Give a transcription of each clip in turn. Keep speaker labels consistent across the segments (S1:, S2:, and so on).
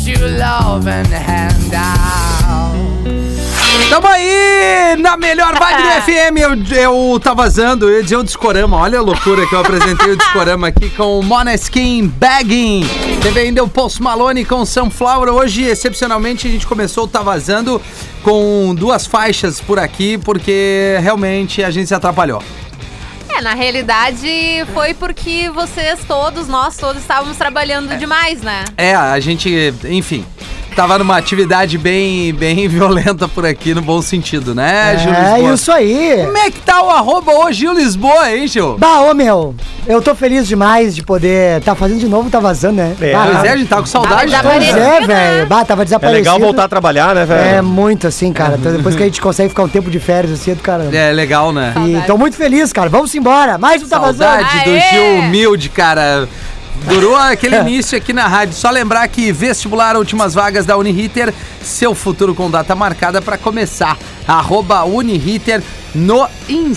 S1: you love and hand out.
S2: Tamo aí! Na melhor vibe do FM, eu, eu tá vazando, eu ia dizer o Discorama. Olha a loucura que eu apresentei o Discorama aqui com o Moneskin Bagging. Teve ainda o Post Malone com Sunflower. Hoje, excepcionalmente, a gente começou o Tá Vazando com duas faixas por aqui, porque realmente a gente se atrapalhou.
S3: É, na realidade foi porque vocês todos, nós todos, estávamos trabalhando demais, né?
S2: É, a gente, enfim, tava numa atividade bem, bem violenta por aqui, no bom sentido, né, Gil Lisboa?
S4: É isso aí.
S2: Como é que tá o arroba hoje, Gil Lisboa, hein, Gil?
S4: Bah, ô meu, eu tô feliz demais de poder. Tá fazendo de novo, tá vazando, né?
S5: É.
S4: Bah,
S2: Pois é, a gente tá com saudade. né?
S3: Ah, mas
S4: Pois é,
S3: Desaparecido, né?
S4: velho. Bah, tava
S5: É
S4: desaparecido.
S5: legal voltar a trabalhar, né,
S4: É
S5: velho?
S4: muito assim, cara. Então, depois que a gente consegue ficar um tempo de férias assim, é do caramba.
S2: É legal, né?
S4: E tô muito feliz, cara. Vamos embora. Mais um tá vazando.
S2: Saudade do
S3: Aê!
S2: Gil humilde, cara. Durou aquele início aqui na rádio. Só lembrar que vestibular últimas vagas da Uniriter, seu futuro com data marcada para começar. Arroba Uniriter no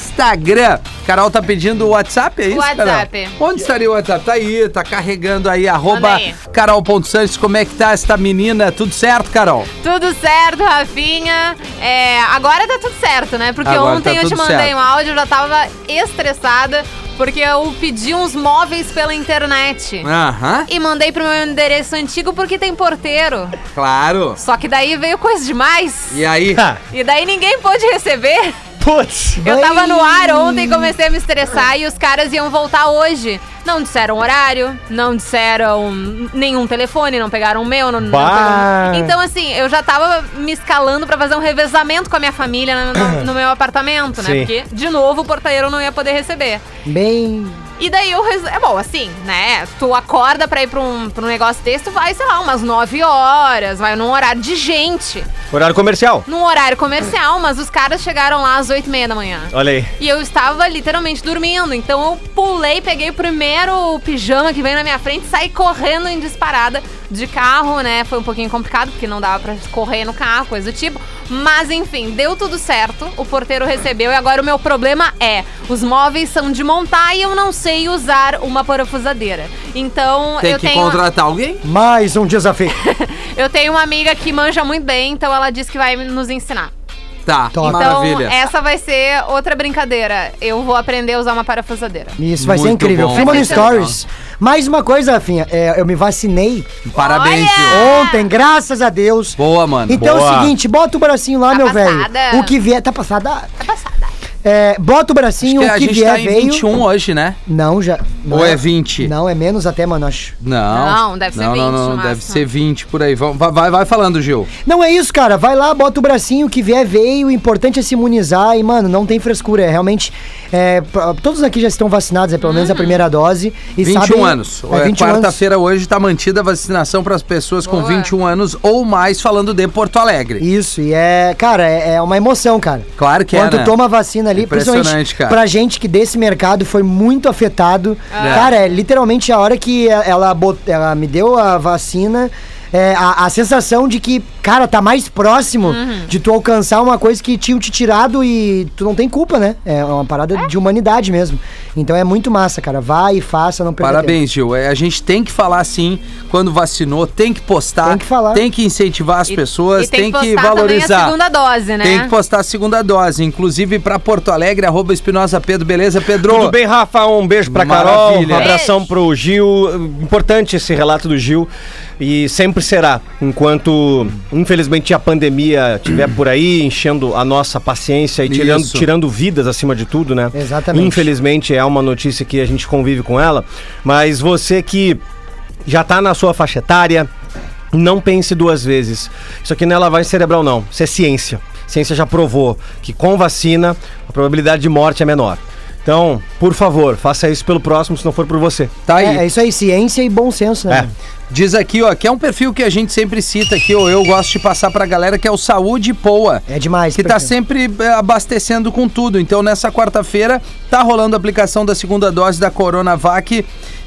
S2: Instagram. Carol tá pedindo o WhatsApp, é isso,
S3: WhatsApp.
S2: Carol? Onde estaria o WhatsApp? Tá aí, tá carregando aí, arroba
S3: aí.
S2: carol.santos. Como é que tá essa menina? Tudo certo, Carol?
S3: Tudo certo, Rafinha. É, agora tá tudo certo, né? Porque
S2: Agora
S3: ontem
S2: tá
S3: eu te
S2: tudo
S3: mandei
S2: certo.
S3: um áudio, eu já tava estressada, porque eu pedi uns móveis pela internet.
S2: É. Aham,
S3: E mandei pro meu endereço antigo porque tem porteiro.
S2: claro.
S3: Só que daí veio coisa demais.
S2: E aí?
S3: E daí ninguém pôde receber.
S5: Ah, Putz!
S3: Eu tava no ar ontem e comecei a me estressar e os caras iam voltar hoje. Não disseram horário, não disseram nenhum telefone, não pegaram o meu, não, não
S5: Bah.
S3: pegaram- Então, assim, eu já tava me escalando pra fazer um revezamento com a minha família no, no meu apartamento, né?
S5: Sim.
S3: Porque, de novo, o porteiro não ia poder receber.
S4: Bem.
S3: E daí eu. res- É bom, assim, né? Tu acorda pra ir pra um, pra um negócio desse, tu vai, sei lá, umas 9 horas, vai num horário de gente,
S5: Horário comercial.
S3: num horário comercial, mas os caras chegaram lá às 8 e meia da manhã.
S5: Olha aí.
S3: E eu estava literalmente dormindo. Então eu pulei, peguei o primeiro pijama que veio na minha frente, saí correndo em disparada de carro, né? Foi um pouquinho complicado, porque não dava pra correr no carro, coisa do tipo. Mas enfim, deu tudo certo. O porteiro recebeu e agora o meu problema é: os móveis são de montar e eu não sei usar uma parafusadeira. Então
S2: Tem
S3: eu
S2: que
S3: tenho.
S2: contratar alguém?
S4: Mais um desafio.
S3: Eu tenho uma amiga que manja muito bem, então ela disse que vai nos ensinar.
S2: Tá,
S4: Top.
S3: Então,
S2: maravilha.
S3: essa vai ser outra brincadeira. Eu vou aprender a usar uma parafusadeira.
S4: Isso vai ser
S2: Muito
S4: incrível.
S2: bom.
S4: Filma
S3: Vai
S4: no
S3: ser
S4: Stories. Mais uma coisa, Rafinha. é, eu me vacinei
S2: Um Parabéns,
S3: é, Olha!
S2: Gil.
S4: ontem, graças a Deus.
S2: Boa, mano.
S4: Então é
S5: Boa.
S4: o seguinte, bota o bracinho lá,
S3: Tá
S4: meu
S3: passada.
S4: velho. O que vier. Tá passada? Tá passada. bota o bracinho,
S2: Acho que
S4: assim, o
S2: a gente
S4: que vier
S2: tá em
S4: veio.
S2: 21 hoje, né?
S4: Não, já. não
S2: Ou é 20?
S4: Não, é menos até, mano, acho.
S2: Não.
S3: Não, deve ser
S2: não, Não,
S3: 20 no
S2: não,
S3: máximo.
S2: deve ser 20 por aí. Vamos- Vai, vai, vai falando, Gil.
S4: Não é isso, cara. Vai lá, bota o bracinho, o que vier veio. O importante é se imunizar. E, mano, não tem frescura. É realmente. é, pra- todos aqui já estão vacinados, é pelo menos a primeira dose. E
S2: 21
S4: sabem-
S2: anos.
S4: É,
S2: É,
S4: 21 anos.
S2: Quarta-feira hoje está mantida a vacinação para as pessoas com
S3: Boa.
S2: 21 anos ou mais, falando de Porto Alegre.
S4: Isso, e é. Cara, é, é uma emoção, cara.
S2: Claro que é,
S4: Quando
S2: né?
S4: tu toma a vacina ali,
S2: Impressionante,
S4: principalmente
S2: cara.
S4: pra gente que desse mercado foi muito afetado.
S2: É.
S4: Cara, é literalmente a hora que a- ela, bot- ela me deu a vacina. é, a, a sensação de que, cara, tá mais próximo de tu alcançar uma coisa que tinham te tirado e tu não tem culpa, né? É uma parada de humanidade mesmo. Então é muito massa, cara. Vai e faça, não perca tempo.
S2: Parabéns, Gil. É, a gente tem que falar sim quando vacinou, tem que postar,
S4: Tem que falar.
S2: tem que incentivar as
S3: E-
S2: pessoas,
S3: e
S2: tem, que,
S3: postar Também a
S2: valorizar.
S3: segunda dose, né?
S2: Tem que postar a segunda dose, inclusive para Porto Alegre, arroba Espinosa Pedro, beleza, Pedro?
S5: Tudo bem, Rafa? Um beijo pra Carol,
S2: Maravilha.
S5: um abração
S3: Beijo.
S5: pro Gil. Importante esse relato do Gil e sempre será, enquanto infelizmente a pandemia estiver por aí enchendo a nossa paciência e tirando,
S2: Isso.
S5: tirando vidas acima de tudo, né?
S4: Exatamente.
S5: Infelizmente é uma notícia que a gente convive com ela, mas você que já tá na sua faixa etária, não pense duas vezes. Isso aqui não é lavagem cerebral, não. Isso é ciência. Ciência já provou que com vacina a probabilidade de morte é menor. Então, por favor, faça isso pelo próximo, se não for por você.
S2: Tá aí. É.
S4: É, é isso aí, ciência e bom senso, né?
S2: Diz aqui, ó, que é um perfil que a gente sempre cita aqui, ou eu gosto de passar pra galera, que é o Saúde Poa.
S4: É demais,
S2: Que tá
S4: perfil.
S2: sempre é, abastecendo com tudo. Então, nessa quarta-feira, tá rolando a aplicação da segunda dose da Coronavac.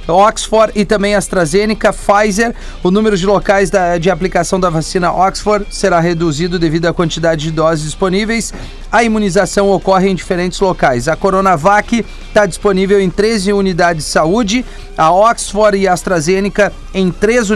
S2: Oxford e também AstraZeneca, Pfizer. O número de locais da- de aplicação da vacina Oxford será reduzido devido à quantidade de doses disponíveis. A imunização ocorre em diferentes locais. A Coronavac está Tá disponível em 13 unidades de saúde, a Oxford e a AstraZeneca em 3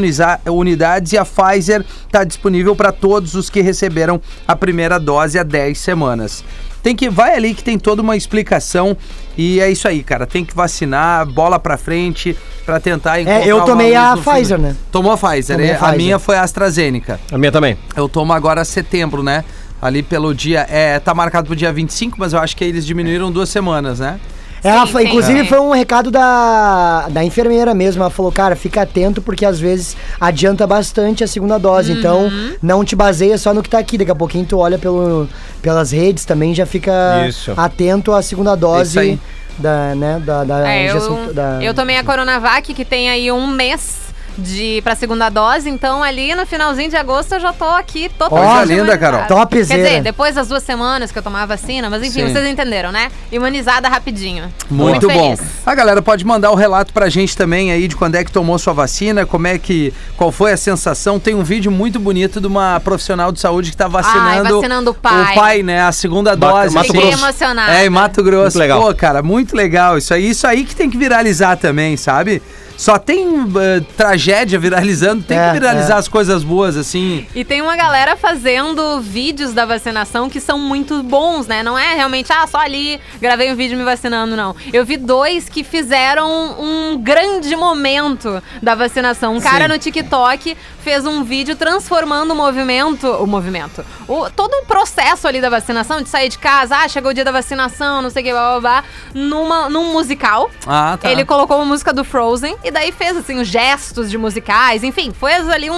S2: unidades e a Pfizer está disponível para todos os que receberam a primeira dose há 10 semanas. Tem que vai ali que tem toda uma explicação e é isso aí, cara. Tem que vacinar, bola pra frente pra tentar encontrar
S4: É, eu
S2: uma
S4: tomei
S2: luz
S4: a
S2: no fim.
S4: Pfizer, né?
S2: Tomou a Pfizer,
S4: Tomei
S2: né?
S4: a
S2: A
S4: Pfizer.
S2: minha foi a AstraZeneca.
S5: A minha também.
S2: Eu tomo agora setembro, né? Ali pelo dia, é, tá marcado pro dia 25, mas eu acho que eles diminuíram duas semanas, né?
S4: Ela
S3: Sim,
S4: fa-
S3: sim, É.
S4: inclusive,
S3: sim.
S4: foi um recado da, da enfermeira mesmo. Ela falou, cara, fica atento porque às vezes adianta bastante a segunda dose. Então,
S3: Uhum.
S4: não te baseia só no que tá aqui. Daqui a pouquinho tu olha pelo, pelas redes também, já fica
S5: Isso.
S4: atento à segunda
S2: Isso aí.
S4: dose da, né, da, da
S3: É,
S4: injeção-
S3: eu,
S4: da-
S3: eu tomei a Coronavac, que tem aí um mês de pra segunda dose, então ali no finalzinho de agosto eu já tô aqui totalmente.
S2: Coisa linda, Carol.
S3: imunizada. Quer
S4: Topzera.
S3: dizer, depois das duas semanas que eu tomava a vacina, mas enfim,
S2: Sim.
S3: vocês entenderam, né? Imunizada rapidinho.
S2: Muito bom.
S3: feliz.
S2: A galera pode mandar o relato pra gente também aí de quando é que tomou sua vacina, como é que. qual foi a sensação. Tem um vídeo muito bonito de uma profissional de saúde que tá vacinando,
S3: vacinando o pai.
S2: O pai, né? A segunda
S5: Ba-
S2: dose.
S5: Mato
S2: assim.
S5: Grosso.
S3: Fiquei emocionada.
S2: É, em Mato Grosso.
S5: Muito legal.
S2: Pô, cara, muito legal. Isso aí, isso aí que tem que viralizar também, sabe? Só tem eh, tragédia viralizando, tem
S4: É,
S2: que viralizar
S4: é.
S2: as coisas boas, assim.
S3: E tem uma galera fazendo vídeos da vacinação que são muito bons, né? Não é realmente, ah, só ali gravei um vídeo me vacinando, não. Eu vi dois que fizeram um grande momento da vacinação. Um cara no TikTok fez um vídeo transformando o movimento. O movimento. O, todo o processo ali da vacinação, de sair de casa, ah, chegou o dia da vacinação, não sei o que, blá blá blá, numa, num musical.
S2: Ah, tá.
S3: Ele colocou uma música do Frozen e daí fez assim os gestos de musicais, enfim, fez ali um,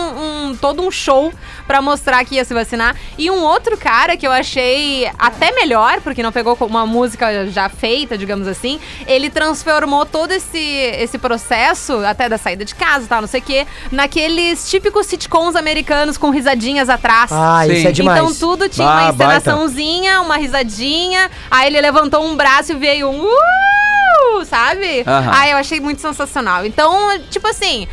S3: um- todo um show pra mostrar que ia se vacinar. E um outro cara que eu achei até melhor, porque não pegou uma música já feita, digamos assim, ele transformou todo esse, esse processo, até da saída de casa, e tal, não sei o quê, naqueles típicos sitcoms americanos com risadinhas atrás.
S4: Ah,
S2: Sim.
S4: isso é demais.
S3: Então tudo tinha uma
S5: Ah, baita.
S3: encenaçãozinha, uma risadinha. Aí ele levantou um braço e veio um. "Uh!", Sabe?
S2: Aham.
S3: Ah, eu achei muito sensacional. Então, tipo assim.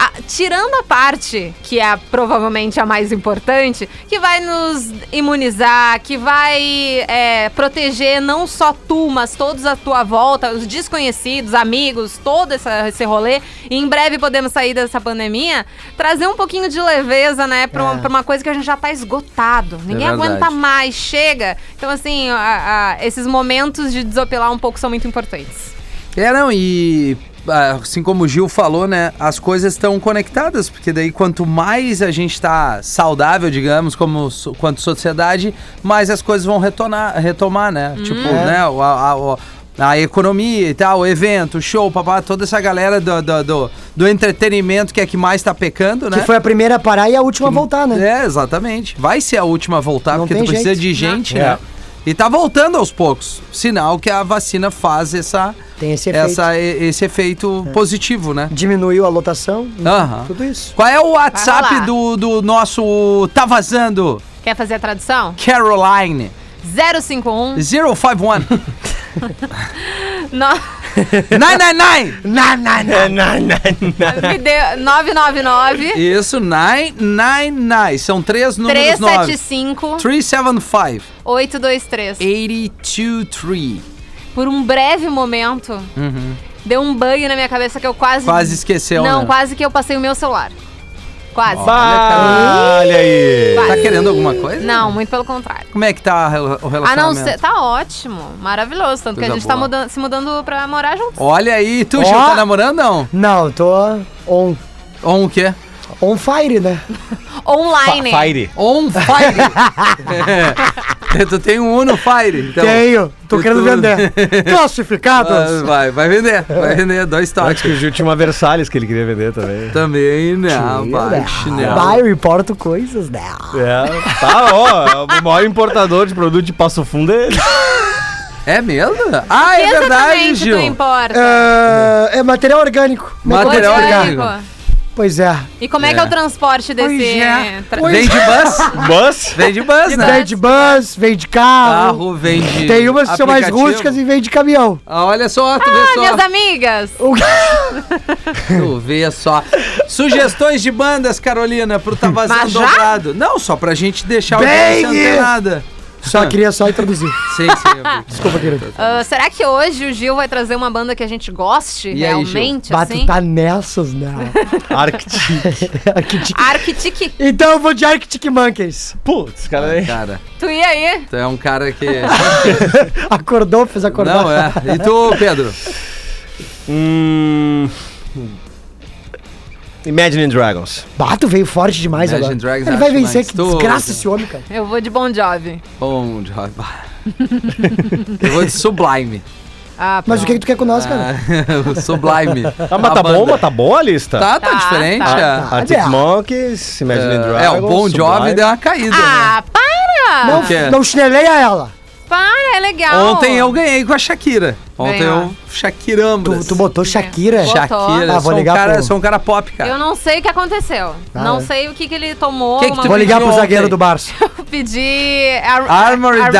S3: a- tirando a parte que é provavelmente a mais importante, que vai nos imunizar, que vai é, proteger não só tu, mas todos à tua volta, os desconhecidos, amigos, todo essa- esse rolê. E em breve podemos sair dessa pandemia. Trazer um pouquinho de leveza, né, pra, uma, pra uma coisa que a gente já tá esgotado. Ninguém
S2: É verdade.
S3: aguenta mais, chega. Então, assim, a- a- esses momentos de desopilar um pouco são muito importantes.
S2: É, não, e ah, assim como o Gil falou, né? As coisas estão conectadas, porque daí quanto mais a gente tá saudável, digamos, como so- quanto sociedade, mais as coisas vão retornar, retomar, né? Tipo, né? o- a- a- o- a economia e tal, o evento, o show, papá, toda essa galera do, do, do- do entretenimento que é que mais tá pecando, né?
S4: Que foi a primeira a parar e a última a voltar, né?
S2: É, exatamente. Vai ser a última a voltar,
S4: Não
S2: porque tu
S4: tem
S2: precisa
S4: jeito. É.
S2: de gente,
S5: Não.
S2: né? E tá voltando aos poucos. Sinal que a vacina faz essa,
S4: Tem esse efeito.
S2: essa, e- esse efeito positivo, né?
S4: Diminuiu a lotação. enfim,
S2: Aham.
S4: Uhum. Tudo isso.
S2: Qual é o
S3: Vai
S2: WhatsApp
S3: rolar.
S2: do, do nosso Tá Vazando?
S3: Quer fazer a tradução?
S2: Caroline
S3: 051
S2: 051
S3: no-
S2: 999
S4: Na, na, na.
S5: É, na, na, na.
S3: me deu- 999
S2: Isso, 999. São três números nove.
S3: 375
S2: 375
S3: 823.
S2: 823.
S3: Por um breve momento,
S2: Uhum.
S3: deu um banho na minha cabeça que eu quase.
S2: Quase esqueceu,
S3: Não,
S2: né?
S3: quase que eu passei o meu celular. Quase.
S2: Ah.
S5: Bah, Olha aí.
S2: Tá querendo alguma coisa?
S3: Ah. Não, muito pelo contrário.
S2: Como é que tá a rel- o
S3: Ah, não,
S2: relacionamento?
S3: cê- tá ótimo. Maravilhoso. Tanto que
S2: Coisa
S3: a gente tá
S2: boa.
S3: mudando- se mudando pra morar juntos.
S2: Olha aí, tu,
S4: Ó.
S2: Gil, tá namorando não?
S4: Não, tô on,
S2: On o quê?
S4: on fire, né?
S3: Online.
S5: Fa- Fire.
S2: On um fire. É. Tu tem um Uno Fire, então. Ah,
S4: Tenho, tô
S2: eu
S4: querendo
S2: tô-
S4: vender.
S2: Ah,
S4: Classificados.
S2: Vai, vai vender,
S4: É.
S2: vai vender dois
S5: Acho que
S2: toques.
S5: o Gil tinha uma Versalhes que ele queria vender também.
S2: Também, né,
S4: Né?
S2: rapaz, chinelo.
S4: Vai, eu importo coisas, né?
S5: É, tá, ó, o maior importador de produto de Passo Fundo é ele.
S2: É mesmo? Ah,
S3: Que
S2: é verdade,
S3: exatamente tu
S2: Gil.
S3: importa?
S4: É, é material orgânico.
S2: Material
S3: Orgânico.
S2: orgânico.
S4: Pois é.
S3: E como é, que é o transporte desse.
S6: Pois é.
S3: tra-
S2: Vem de bus?
S5: Bus?
S2: Vem de bus, né?
S4: Vem de bus, vem de carro.
S2: Carro, vem de
S4: Tem umas que são mais
S2: aplicativo.
S4: rústicas e vem de caminhão.
S2: Ah, olha só, tu
S3: Ah,
S2: vê só.
S3: minhas amigas!
S4: O-
S2: Tu vê só. Sugestões de bandas, Carolina, pro Tá Vazando
S3: Mas já?
S2: Dobrado. Não, só pra gente deixar
S4: Bang!
S2: o antenada.
S4: Só
S2: Hum.
S4: queria só introduzir.
S2: Sim, sim.
S4: Desculpa, querido.
S3: Ah, será que hoje o Gil vai trazer uma banda que a gente goste
S2: E aí,
S3: realmente?
S4: Bato
S3: assim?
S4: tá nessas, né?
S5: Arctic.
S4: Arctic-
S3: Arctic,
S4: Então eu vou de Arctic Monkeys.
S5: Putz, cara.
S2: eu-
S5: aí-
S2: Cara,
S3: tu ia aí?
S2: tu é um cara que...
S4: Acordou, fez acordar.
S2: Não, é. E tu, Pedro?
S5: Hum. Imagine Dragons.
S4: Bato veio forte demais
S2: Imagine
S4: agora.
S2: Dragons,
S4: Ele vai
S2: Arctic
S4: vencer,
S2: Monkeys.
S4: que
S2: Tô-
S4: desgraça esse homem, cara.
S3: Eu vou de Bon Jovi.
S2: Bom, Joy. Eu vou de Sublime.
S3: Ah,
S4: Mas o que, que
S3: pronto.
S4: tu quer com nós, cara?
S2: Ah, o Sublime.
S5: Ah,
S2: A
S5: mas tá
S2: banda.
S5: bom, mas tá boa a lista?
S2: Tá, tá
S3: Tá,
S2: diferente.
S3: tá,
S2: é.
S4: tá.
S5: Arctic
S4: Ah, é.
S5: Monkeys, Imagine Dragons.
S2: É, o Bon Jovi
S5: Sublime.
S2: deu uma caída, né?
S3: Ah, para!
S4: Não,
S2: que é?
S4: não chineleia ela.
S3: Para, é legal.
S2: Ontem eu ganhei com a Shakira. Ontem
S3: Ganhou.
S2: eu Shakiramba.
S4: Tu, tu botou Shakira.
S3: Botou.
S2: Shakira,
S4: Ah, vou
S2: sou, um
S4: ligar
S2: cara,
S4: pro-
S2: sou um cara pop, cara.
S3: Eu não sei o que aconteceu.
S4: Ah,
S3: não
S4: é.
S3: sei o que, que ele tomou.
S2: Que que
S3: uma
S2: tu
S4: Vou ligar pro
S2: pediu
S4: zagueiro
S2: ontem.
S4: do Barça.
S3: Eu pedi Ar
S2: Armored
S3: Armored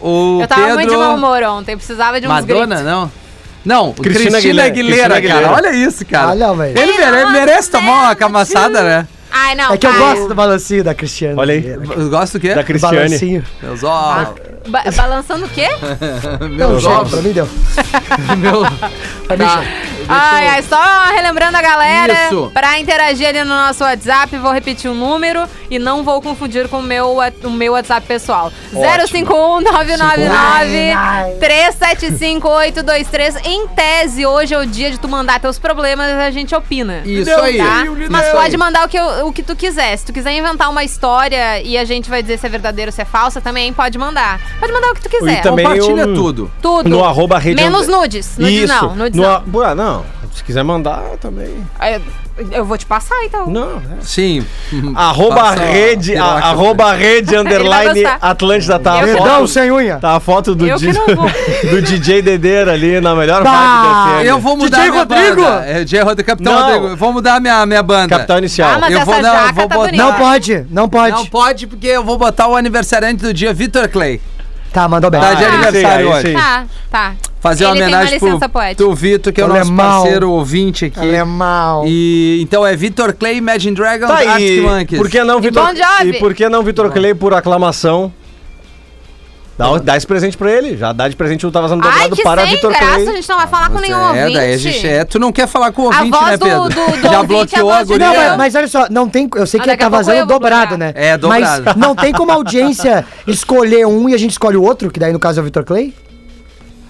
S2: Down. O
S3: eu tava muito de
S2: Pedro-
S3: mau humor ontem, eu precisava de uns
S2: Madonna,
S3: gritos.
S2: não? Não, Cristina,
S5: Cristina
S2: Cristina
S5: Aguilera,
S2: Aguilera,
S5: Cristina
S2: cara.
S5: Aguilera.
S2: Olha isso, cara.
S4: Olha, velho.
S2: Ele mere-
S3: Nossa,
S2: merece tomar uma
S3: velho.
S2: camaçada, né?
S3: Ai, não.
S4: É que eu
S3: para.
S4: gosto do balancinho da Cristiane.
S5: Olha aí.
S2: Eu gosto do quê?
S5: Da Cristiane.
S4: Balancinho.
S2: Meus ovos.
S3: Ba- balançando o quê?
S4: Não,
S2: Meus
S4: chega, pra
S2: ovos.
S4: mim deu.
S2: Meu... Tá.
S3: Ai, ai, só relembrando a galera,
S2: Isso.
S3: pra interagir ali no nosso WhatsApp, vou repetir o número e não vou confundir com o meu, wa- o meu WhatsApp pessoal. um 051-999-375823. Em tese, hoje é o dia de tu mandar teus problemas e a gente opina.
S2: Isso
S3: Tá?
S2: aí.
S3: Mas
S2: Isso aí.
S3: pode mandar o que, eu- o que tu quiser. Se tu quiser inventar uma história e a gente vai dizer se é verdadeiro ou se é falsa, também pode mandar. Pode mandar o que tu quiser.
S5: E também um-
S2: Compartilha
S5: eu-
S2: tudo.
S3: Tudo.
S5: No arroba rede.
S3: Menos nudes. Nudes
S5: Isso.
S3: não. Nudes
S5: no
S3: não.
S5: a- Ah, não. Se quiser mandar, também.
S3: É, Eu vou te passar, então.
S5: Não, né?
S2: Sim.
S5: Arroba
S2: Passa a
S5: rede, a-
S2: piroca,
S5: arroba rede underline
S3: gostar.
S5: Atlântida. Tá a,
S3: Eu-
S4: Perdão,
S5: foto,
S4: sem unha.
S5: tá a foto do,
S3: Eu que
S5: di-
S3: não vou.
S5: do DJ Dedeira ali na melhor
S4: Bah,
S5: vibe da FM.
S2: Eu vou mudar
S4: DJ
S2: a minha
S4: Rodrigo?
S2: banda. É, DJ Rodrigo, Capitão
S5: Não.
S2: Rodrigo. Eu vou mudar a minha, minha banda.
S5: Capital inicial.
S3: Ah, mas
S2: Eu
S3: essa
S2: vou- não, eu
S3: jaca
S2: vou
S3: tá
S2: botar-
S3: bonita.
S4: Não pode, não pode.
S2: Não pode, porque eu vou botar o aniversariante do dia, Vitor Clay.
S4: Tá, mandou bem.
S2: Tá de
S5: Ah,
S2: aniversário
S5: sim, aí
S2: hoje.
S5: sim.
S3: Tá, tá.
S2: Fazer
S3: Ele
S2: uma homenagem
S3: tem uma licença
S2: pro,
S3: poética.
S2: pro Vitor, que é o nosso
S4: Alemão.
S2: parceiro ouvinte aqui.
S4: Alemão.
S2: E então é Vitor Clay, Imagine Dragons,
S5: Tá aí.
S2: Arctic Monkeys.
S5: Por que não, Vitor?
S3: Bon Jovi.
S5: E por que não, Vitor Clay, por aclamação? Dá, o- dá esse presente pra ele. Já dá de presente o Tá Vazando
S3: Ai,
S5: Dobrado
S3: que
S5: para
S3: sem
S5: Vitor
S3: graça, a
S5: Clay.
S3: gente não vai falar com
S2: Você
S3: nenhum
S2: é,
S3: um ouvinte.
S2: daí a gente é. Tu não quer falar com o ouvinte,
S3: voz
S2: né,
S3: do-
S2: Pedro?
S3: do- do
S2: Já
S3: ouvinte
S2: bloqueou
S3: é a
S2: a
S3: voz de
S2: guria.
S4: Não,
S3: Então-
S4: mas, mas olha só, não tem. Eu sei
S3: Ah,
S4: que
S3: daqui
S4: tá
S3: a pouco eu
S4: vazando
S3: vou
S4: dobrado, né?
S3: bloquear.
S2: É, dobrado.
S4: Mas não tem como a audiência escolher um e a gente escolhe o outro, que daí no caso é o Vitor Clay?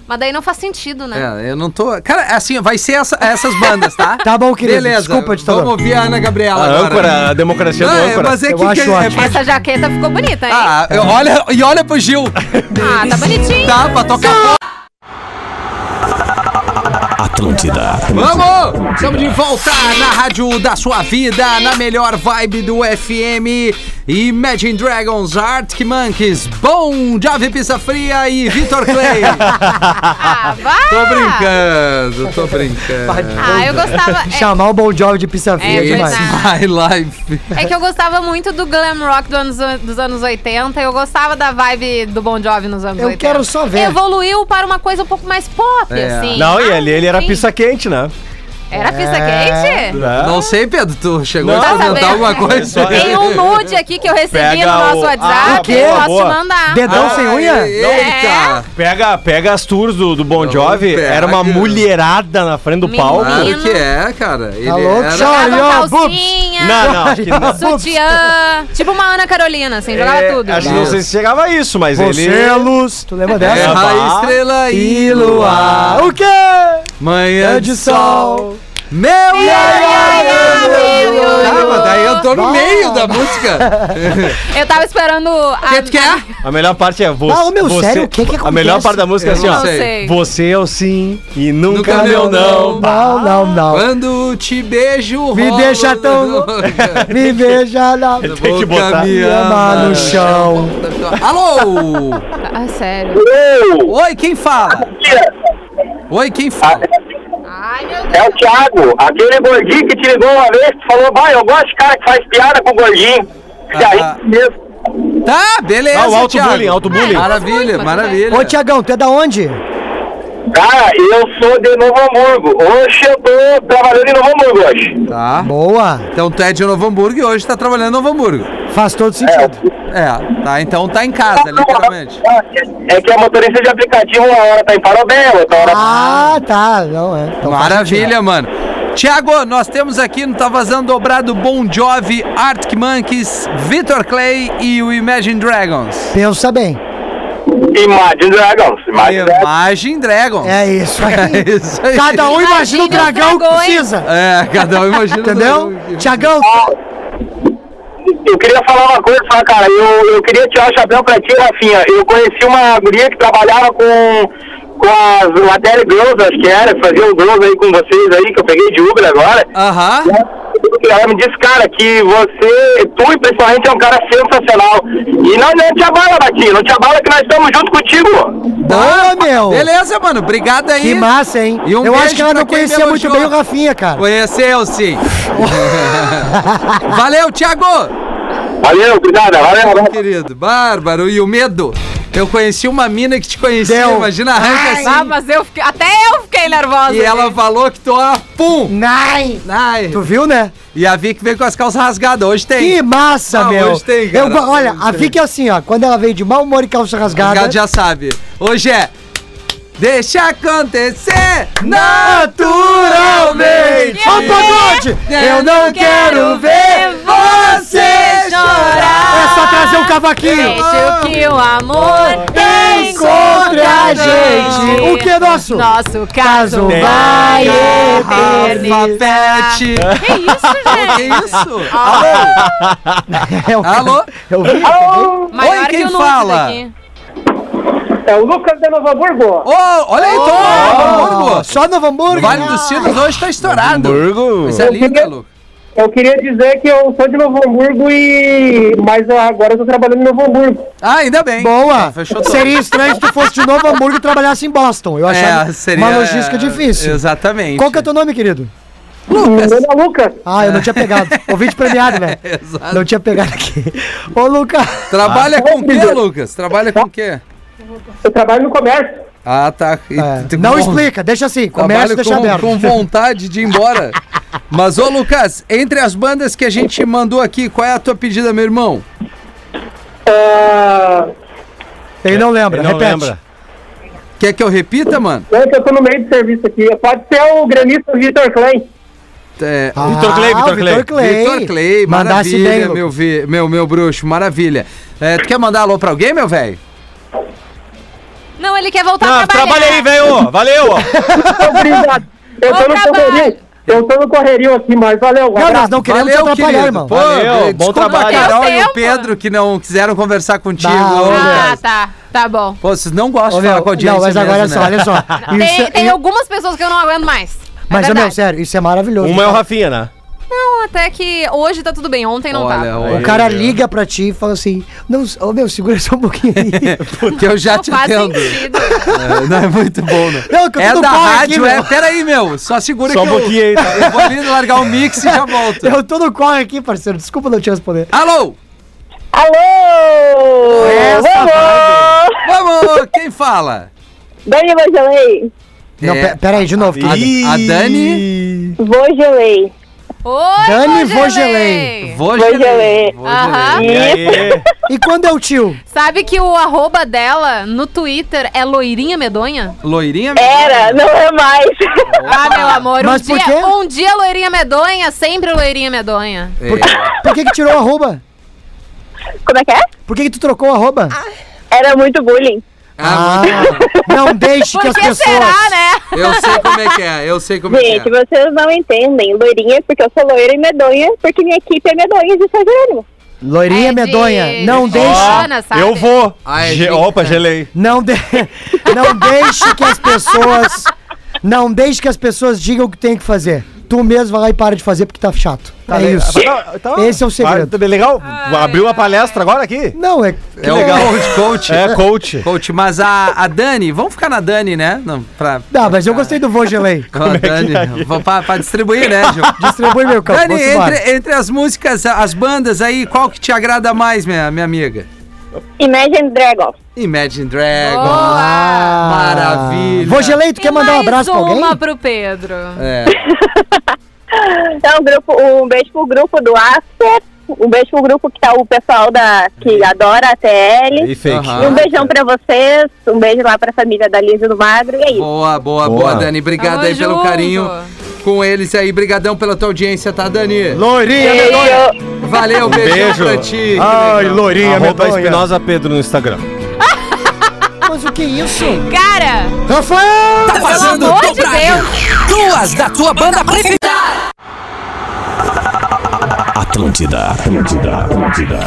S3: Mas daí não faz sentido, né?
S2: É, eu não tô. Cara, assim, vai ser essa- essas bandas, tá?
S4: Tá bom, querido.
S2: Beleza.
S4: Desculpa, ditador.
S2: Vamos ouvir a Ana Gabriela
S5: A
S2: agora.
S5: Ah, âncora, a democracia do
S2: Não, é,
S5: âncora.
S2: mas é
S4: Eu
S2: que.
S4: acho
S2: que- é-
S4: ótimo.
S3: Essa jaqueta ficou bonita, hein? Ah,
S2: Ah, eu- olha, e olha pro Gil.
S3: tá bonitinho.
S2: Tá, pra tocar fora.
S7: Atlântida.
S2: Vamos! Estamos de volta na rádio da sua vida, na melhor vibe do FM. Imagine Dragons, Arctic Monkeys, Bom Jave Pizza Fria e Vitor Clay.
S3: Ah, vai!
S2: tô brincando, tô brincando.
S3: Ah, eu gostava. é-
S4: Chamar o Bon Jovi de pizza fria
S3: É,
S4: é demais.
S3: pois
S2: It's my life.
S3: É, que eu gostava muito do glam rock do anos- dos anos 80. Eu gostava da vibe do Bon Jovi nos anos
S4: Eu
S3: 80.
S4: quero só ver.
S3: Evoluiu para uma coisa um pouco mais pop,
S2: É.
S3: assim.
S5: Não, e
S3: Ah,
S5: ali ele era
S3: sim.
S5: pizza quente, né?
S3: Era pizza
S4: É.
S3: quente?
S5: Né?
S2: Não sei, Pedro, tu chegou
S5: Não,
S2: a
S5: tá
S2: experimentar
S3: sabendo.
S2: alguma coisa?
S4: é.
S3: Tem um nude aqui que eu recebi
S5: Pega
S3: no nosso
S5: o-
S3: WhatsApp.
S5: Ah,
S4: quê?
S3: Posso
S5: Boa, boa.
S3: te mandar.
S4: Dedão sem unha? É.
S2: Ai, Eita!
S5: Pega, pega as tours do, do Bon Jovi,
S2: pega. né?
S5: era uma mulherada na frente do
S3: Menino.
S5: palco.
S3: Ah.
S2: Claro que é, cara. Ele
S4: Tá louco,
S2: era...
S4: chama-
S3: Jogava
S4: Ai, ó,
S3: calcinha,
S5: Não, não, acho que não.
S3: sutiã. Tipo uma Ana Carolina, assim, jogava
S5: É,
S3: tudo.
S5: Acho que não sei se chegava a isso, mas ele.
S4: Você é luz. Tu lembra
S2: É,
S4: dessa? Ah,
S2: raio, estrela e luar.
S4: O quê?
S2: Manhã
S4: É de sol.
S2: Meu Ah, mas daí eu tô no
S4: Bah.
S2: meio da música.
S3: Eu tava esperando a.
S2: que tu quer?
S5: A melhor parte é você.
S4: Ah, ô, meu,
S5: você-
S4: sério, o que que
S5: A melhor
S4: acontece?
S5: parte da música é
S2: Eu
S5: assim,
S2: não
S5: ó.
S2: sei.
S5: Você é o sim e
S2: Nunca
S5: nunca, meu
S2: meu não.
S5: não.
S4: Não, não, não.
S2: Quando te beijo,
S4: Me
S2: rolo
S4: deixa
S2: na
S4: tão lou-
S2: boca.
S4: Me beija na
S5: Tem que
S2: Boca
S5: botar.
S2: me
S4: ama
S2: ama.
S4: no chão.
S2: Alô!
S3: Ah, sério.
S2: Oi, quem fala? Oi, quem fala?
S3: Ah,
S1: Ai, meu Deus.
S8: É o Thiago, aquele gordinho que te ligou uma vez, que falou, vai, eu gosto de cara que faz piada com o gordinho. E aí
S2: Ah.
S8: mesmo.
S2: Tá, beleza,
S5: Ah, o auto-bullying,
S2: Thiago.
S5: auto-bullying.
S2: Maravilha,
S1: Mas
S2: maravilha.
S4: Ô, Tiagão, tu é da onde?
S8: Cara, eu sou de Novo Hamburgo. Hoje eu tô trabalhando em Novo Hamburgo hoje.
S2: Tá.
S4: Boa.
S2: Então tu é de Novo Hamburgo e hoje tá trabalhando em Novo Hamburgo.
S4: Faz todo sentido.
S2: É, tá, então tá em casa, literalmente.
S8: É que é motorista de aplicativo, uma hora tá em Parobela, outra hora.
S4: Ah, tá. Não, é. Então faz
S2: Maravilha, mano. Tiago, nós temos aqui no Tá Vazando Dobrado Bon Jovi, Arctic Monkeys, Victor Clay e o Imagine Dragons.
S4: sentido. Pensa bem.
S8: Imagine Dragons. Imagine Dragons.
S2: Imagine Dragons.
S4: É isso
S2: É
S4: aí.
S2: isso aí.
S4: Cada um imagina o
S1: Imagina o
S4: dragão que
S1: dragão, hein?
S4: precisa.
S2: É, cada um imagina.
S4: Entendeu? Tiagão,
S8: Eu queria falar uma coisa, falar, cara, eu, eu queria tirar o chapéu pra ti, Rafinha. Eu conheci uma guria que trabalhava com, com as Latéria Girls, acho que era, que fazia um Girls aí com vocês aí, que eu peguei de Uber agora.
S2: Aham.
S8: Ela me disse, cara, que você, tu e principalmente é um cara sensacional. E não, não te abala, Batinho, não te abala que nós estamos junto contigo.
S4: boa, meu.
S2: Beleza, mano. Obrigado aí.
S4: Que massa, hein?
S2: E um
S4: Eu
S2: beijo
S4: acho que ela
S2: pra
S4: não
S2: quem me
S4: conhecia muito
S2: elogiou.
S4: bem o Rafinha, cara.
S2: Conheceu, sim. Valeu, Tiago.
S8: Valeu, cuidado, valeu,
S2: Meu
S8: abraço.
S2: querido, bárbaro e o medo. Eu conheci uma mina que te conhecia,
S4: Deu.
S2: imagina, arranca assim.
S1: Ah, mas eu fiquei. Até eu fiquei nervosa.
S2: E ela
S1: gente.
S2: falou que tô a pum.
S4: Nai!
S2: Ai.
S4: Tu viu, né?
S2: E a Vic veio com as calças rasgadas, hoje tem.
S4: Que massa,
S2: Ah,
S4: meu.
S2: hoje tem,
S4: Eu
S2: cara.
S4: go- olha,
S2: Hoje
S4: a
S2: tem.
S4: Vicky é assim, ó. Quando ela veio de mau humor e calça rasgada.
S2: Rasgado já sabe. Hoje é. Deixa acontecer naturalmente.
S4: Ó, o pagode! Eu não quero ver você chorar. É só trazer um cavaquinho.
S1: Deixa o que o amor tem
S4: contra a gente. O que é nosso?
S1: Nosso caso
S4: Caso
S1: vai
S4: vai
S2: Rafa
S1: eternizar.
S2: Pet.
S1: Que isso,
S2: Que
S1: gente?
S2: isso? Alô?
S4: É o cara-
S2: Alô?
S4: Eu vi.
S1: Maior
S2: Oi,
S1: que
S2: quem
S1: o Nudes
S2: fala?
S1: daqui.
S8: É o Lucas de Novo Hamburgo.
S2: Ô, olha aí, Tom. Hamburgo.
S4: Só Novo Hamburgo.
S2: Vale dos Sinos hoje tá estourado.
S5: Hamburgo.
S2: Isso é lindo, Lu.
S8: Eu queria dizer que eu sou de Novo Hamburgo e. Mas agora eu tô trabalhando em Novo Hamburgo.
S2: Ah, ainda bem.
S4: Boa.
S2: Fechou tudo.
S4: Seria estranho se tu fosse de Novo Hamburgo e trabalhasse em Boston. Eu achava
S2: É, seria...
S4: uma logística difícil.
S2: Exatamente.
S4: Qual que é o teu nome, querido?
S8: Meu nome é Lucas.
S4: Ah, eu não tinha pegado. Ouvinte premiado, velho.
S2: Exato.
S4: Não tinha pegado aqui. Ô, Lucas. Ah,
S2: Trabalha com o quê, Lucas? Trabalha com o quê?
S8: Eu trabalho no comércio.
S2: Ah, tá. E tu-
S4: É,
S2: tu-
S4: não
S2: com-
S4: explica, deixa assim.
S2: Trabalho
S4: Comércio deixa
S2: com,
S4: aberto.
S2: com vontade de ir embora. Mas, ô Lucas, entre as bandas que a gente mandou aqui, qual é a tua pedida, meu irmão?
S8: Ah,
S4: Ele não lembra,
S5: Ele não
S4: repete.
S5: lembra.
S2: Quer que eu repita, mano?
S8: não, é que eu tô no meio de serviço aqui. Pode ser o gremista Vitor Klein.
S2: É,
S4: Ah,
S5: Vitor Clay, Vitor Clay.
S2: Vitor Clay,
S4: Mandasse bem,
S2: maravilha,
S4: Lucas.
S2: meu, vi- meu, meu bruxo, maravilha. É, tu quer mandar alô pra alguém, meu velho?
S1: Não, ele quer
S3: Tá
S1: voltar
S5: Não,
S1: a trabalhar.
S5: trabalha aí, velho. Valeu.
S8: Obrigado. Eu
S1: Bom
S8: tô no
S1: trabalho.
S8: correrio. Eu tô no correrio aqui, mas valeu.
S4: Não,
S8: um
S4: nós
S8: abraço.
S4: não queremos te atrapalhar,
S2: querido.
S4: irmão.
S2: Pô,
S5: Valeu,
S2: eh,
S5: bom
S2: desculpa a
S5: trabalho.
S2: Carol e
S1: Deu
S2: o
S1: tempo.
S2: Pedro que não quiseram conversar contigo.
S4: Bah,
S2: ô,
S4: ô,
S2: Lucas.
S1: Ah, tá. Tá bom.
S2: Pô, vocês não gostam de
S4: Ô, meu,
S2: falar com a audiência
S4: não, mas agora
S2: mesmo,
S4: só,
S2: né?
S4: olha só. Isso
S1: Tem,
S4: é-
S1: tem
S4: e-
S1: algumas pessoas que eu não aguento mais.
S4: Mas,
S1: é
S4: ô, meu,
S1: verdade.
S4: sério, isso é maravilhoso.
S5: Uma é o Rafinha, né?
S1: Não, até que hoje tá tudo bem. Ontem não
S2: Olha,
S1: tava.
S2: olha.
S4: O cara liga pra ti e fala assim: Não, ô meu, segura só um pouquinho aí.
S2: Porque eu já
S1: Não
S2: te
S1: faz
S2: entendo.
S1: sentido.
S2: É, não é muito bom, né?
S4: Não, que eu tô
S2: é
S4: no
S2: da
S4: corre aqui,
S2: rádio,
S4: meu.
S2: é. Peraí, meu. Só segura
S5: Só um
S2: que
S5: pouquinho aí.
S2: eu, eu vou ali largar o mix e já volto.
S4: Eu tô no corre aqui, parceiro. Desculpa não te responder.
S2: Alô?
S9: Alô!
S4: Essa
S9: Vamos!
S2: Vamos! Quem fala?
S9: Dani Vogelei!
S4: Não,
S2: É.
S4: pe- pera aí, de novo.
S2: A- a Dani?
S9: Vogelei!
S1: Oi,
S4: Dani
S1: Vogelei.
S2: Vou
S9: Vou
S2: geler.
S9: geler.
S2: Vou
S1: Aham.
S2: geler.
S5: E aí?
S4: E quando é o tio?
S1: Sabe que o arroba dela no Twitter é loirinha medonha?
S2: Loirinha?
S9: Era, não é mais!
S1: Ah, meu amor,
S4: Mas
S1: um,
S4: por
S1: dia,
S4: quê?
S1: um dia loirinha medonha, sempre loirinha medonha.
S2: É.
S4: Por que que tirou o arroba?
S9: Como é que é?
S4: Por que que tu trocou o arroba?
S1: Ah.
S9: Era muito bullying.
S2: Ah,
S4: Ah, não deixe
S1: Por
S4: que
S1: que
S4: as pessoas...
S1: será, né?
S2: eu sei como é que é, eu sei como é que é.
S9: Gente, vocês não entendem. Loirinha porque eu sou loira e medonha porque minha equipe é medonha de São Jerônimo.
S4: Loirinha
S1: É de-
S4: medonha, não
S1: de
S4: deixe...
S1: Joana, sabe?
S5: Eu vou.
S2: Ah, é
S5: Ge-
S2: dica.
S5: Opa, gelei.
S4: Não, de... não deixe que as pessoas... Não deixe que as pessoas digam o que tem que fazer. tu mesmo vai lá e para de fazer porque tá chato. é isso.
S2: então?
S4: Esse é o segredo.
S5: Ah, legal.
S1: Ai,
S5: Abriu uma
S1: ai.
S5: palestra agora aqui?
S4: Não, é.
S2: É
S5: legal.
S2: o coach, coach.
S5: É, coach.
S2: Coach, mas a, a Dani, vamos ficar na Dani, né? Não, pra,
S4: Não, mas eu gostei do Vogelei.
S2: a
S4: é?
S2: Dani, vou pra, pra distribuir, né, Gil?
S4: Distribui meu campo.
S2: Dani,
S4: vamos embora.
S2: entre, entre as músicas, as bandas aí, qual que te agrada mais, minha, minha amiga?
S9: Imagine Dragons.
S2: Imagine Dragons.
S1: Boa!
S2: Ah, Maravilha.
S4: Vogelei, tu
S1: E
S4: quer mandar um
S1: mais
S4: abraço pra alguém?
S1: uma pro Pedro.
S2: É.
S9: Então, um, grupo, um beijo pro grupo do Asper, um beijo pro grupo que tá o pessoal da, que adora a TL.
S5: E fake.
S2: Aham.
S9: E um beijão pra vocês, um beijo lá pra família da Liz e do Magro, e é isso.
S2: Boa, boa, boa,
S5: Boa.
S2: Dani. Obrigado
S1: Tamo
S2: aí pelo
S1: junto.
S2: carinho com eles aí. Brigadão pela tua audiência, tá, Dani?
S5: Loirinha,
S2: Valeu, beijão
S5: Um beijo. Ah,
S2: pra ti.
S5: Ai, loirinha, Arroba
S4: medonha.
S5: Espinosa Pedro no Instagram.
S4: Mas o que é isso?
S1: Cara,
S4: Rafael!
S10: Tá fazendo
S1: amor de
S10: dobradinha. Duas da tua banda preferida. Atlântida, Atlântida, Atlântida.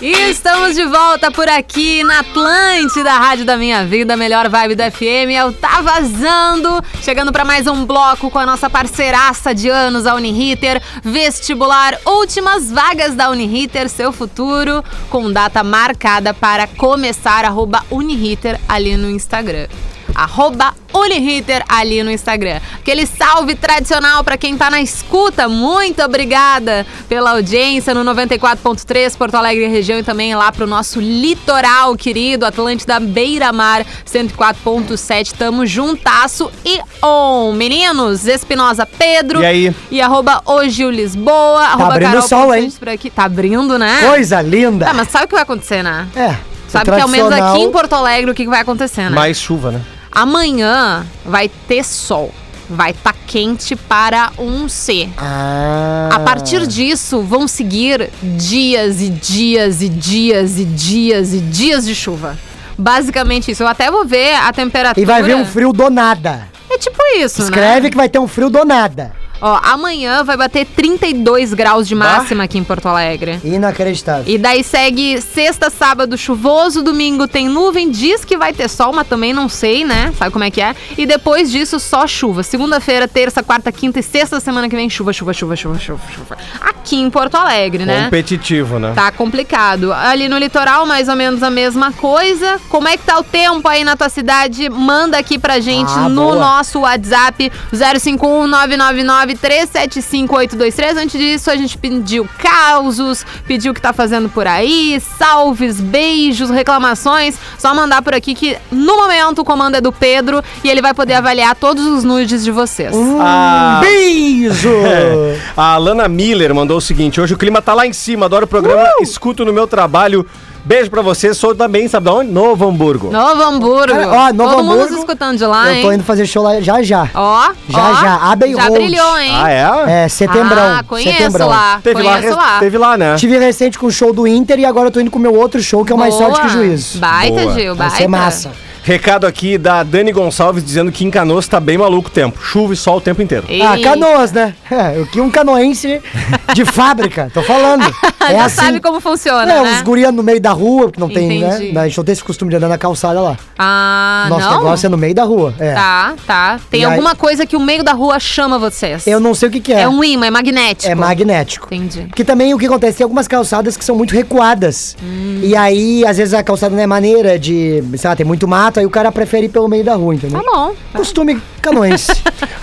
S1: e estamos de volta por aqui na Atlântida, Rádio da Minha Vida, a melhor vibe da FM. Eu tá vazando, chegando pra mais um bloco com a nossa parceiraça de anos, a Uniriter. Vestibular, últimas vagas da Uniriter, seu futuro, com data marcada para começar, arroba Uniriter ali no Instagram. arroba Uniriter ali no Instagram. Aquele salve tradicional para quem tá na escuta. Muito obrigada pela audiência no 94.3 Porto Alegre e região e também lá pro nosso litoral querido, Atlântida Beira Mar 104.7. Tamo juntasso e on. Meninos, Espinosa Pedro
S5: E aí?
S1: e arroba Ogil Lisboa, arroba
S4: Tá abrindo
S1: Carol
S4: o sol, hein?
S1: Pontes por aqui. Tá abrindo, né?
S4: Coisa linda!
S1: Tá, mas sabe o que vai acontecer, né?
S4: É.
S1: Sabe que ao menos aqui em Porto Alegre o que que vai acontecer, né?
S5: Mais chuva, né?
S1: Amanhã vai ter sol. Vai estar tá quente para um C.
S4: Ah.
S1: A partir disso, vão seguir dias e dias e dias e dias e dias de chuva. Basicamente isso. Eu até vou ver a temperatura.
S4: E vai vir um frio do nada.
S1: É tipo isso, né?
S4: Escreve que vai ter um frio do nada.
S1: Ó, amanhã vai bater 32 graus de máxima aqui em Porto Alegre.
S4: Inacreditável.
S1: E daí segue sexta, sábado chuvoso, domingo tem nuvem, diz que vai ter sol, mas também não sei, né? Sabe como é que é? E depois disso só chuva. Segunda-feira, terça, quarta, quinta e sexta semana que vem chuva, chuva, chuva, chuva, chuva, chuva. Aqui em Porto Alegre, né?
S5: Competitivo, né?
S1: Tá complicado. Ali no litoral, mais ou menos a mesma coisa. Como é que tá o tempo aí na tua cidade? Manda aqui pra gente
S4: Ah,
S1: no
S4: boa.
S1: nosso WhatsApp 051-999-375823. Antes disso, a gente pediu causos, pediu o que tá fazendo por aí, salves, beijos, reclamações. Só mandar por aqui que no momento o comando é do Pedro e ele vai poder avaliar todos os nudes de vocês.
S4: Hum.
S5: Ah,
S4: Beijo!
S5: a Alana Miller mandou o seguinte: hoje o clima tá lá em cima, adoro o programa, escuto no meu trabalho. Beijo pra você, sou também, sabe de onde? Novo Hamburgo.
S1: Novo Hamburgo.
S4: Cara, ó, Novo
S1: Todo mundo
S4: Hamburgo,
S1: nos escutando de lá,
S4: Eu tô
S1: hein?
S4: indo fazer show lá já já.
S1: Ó,
S4: Já,
S1: ó,
S4: já, Abbey
S1: já
S4: Road.
S1: brilhou, hein?
S5: Ah, é?
S4: É, setembrão.
S1: Ah, conheço
S4: setembrão.
S1: lá.
S5: Teve lá,
S1: conheço lá. Tipo
S5: teve lá, né?
S4: Tive recente com o show do Inter e agora eu tô indo com o meu outro show, que é o Mais
S1: Boa.
S4: Sorte que Juízo.
S1: Baita,
S5: Boa.
S1: Gil,
S4: Vai
S1: baita.
S4: ser massa.
S5: Recado aqui da Dani Gonçalves dizendo que em Canoas tá bem maluco o tempo. Chuva e sol o tempo inteiro.
S1: Ei.
S4: Ah, canoas, né? É, o que um canoense de fábrica, tô falando. É
S1: Já
S4: assim.
S1: sabe como funciona, né?
S4: É, uns guria no meio da rua, porque não tem,
S1: Entendi.
S4: né? A gente não tem esse costume de andar na calçada lá.
S1: Ah,
S4: Nosso
S1: não?
S4: negócio é no meio da rua. É.
S1: Tá, tá. Tem
S4: E aí-
S1: alguma coisa que o meio da rua chama vocês.
S4: Eu não sei o que, que é.
S1: É um imã, é magnético.
S4: É magnético.
S1: Entendi.
S4: Porque também o que acontece, tem algumas calçadas que são muito recuadas.
S1: Hum.
S4: E aí, às vezes, a calçada não é maneira de. Sei lá, tem muito mato, aí o cara prefere ir pelo meio da rua, entendeu?
S1: Tá bom.
S4: Costume canoense.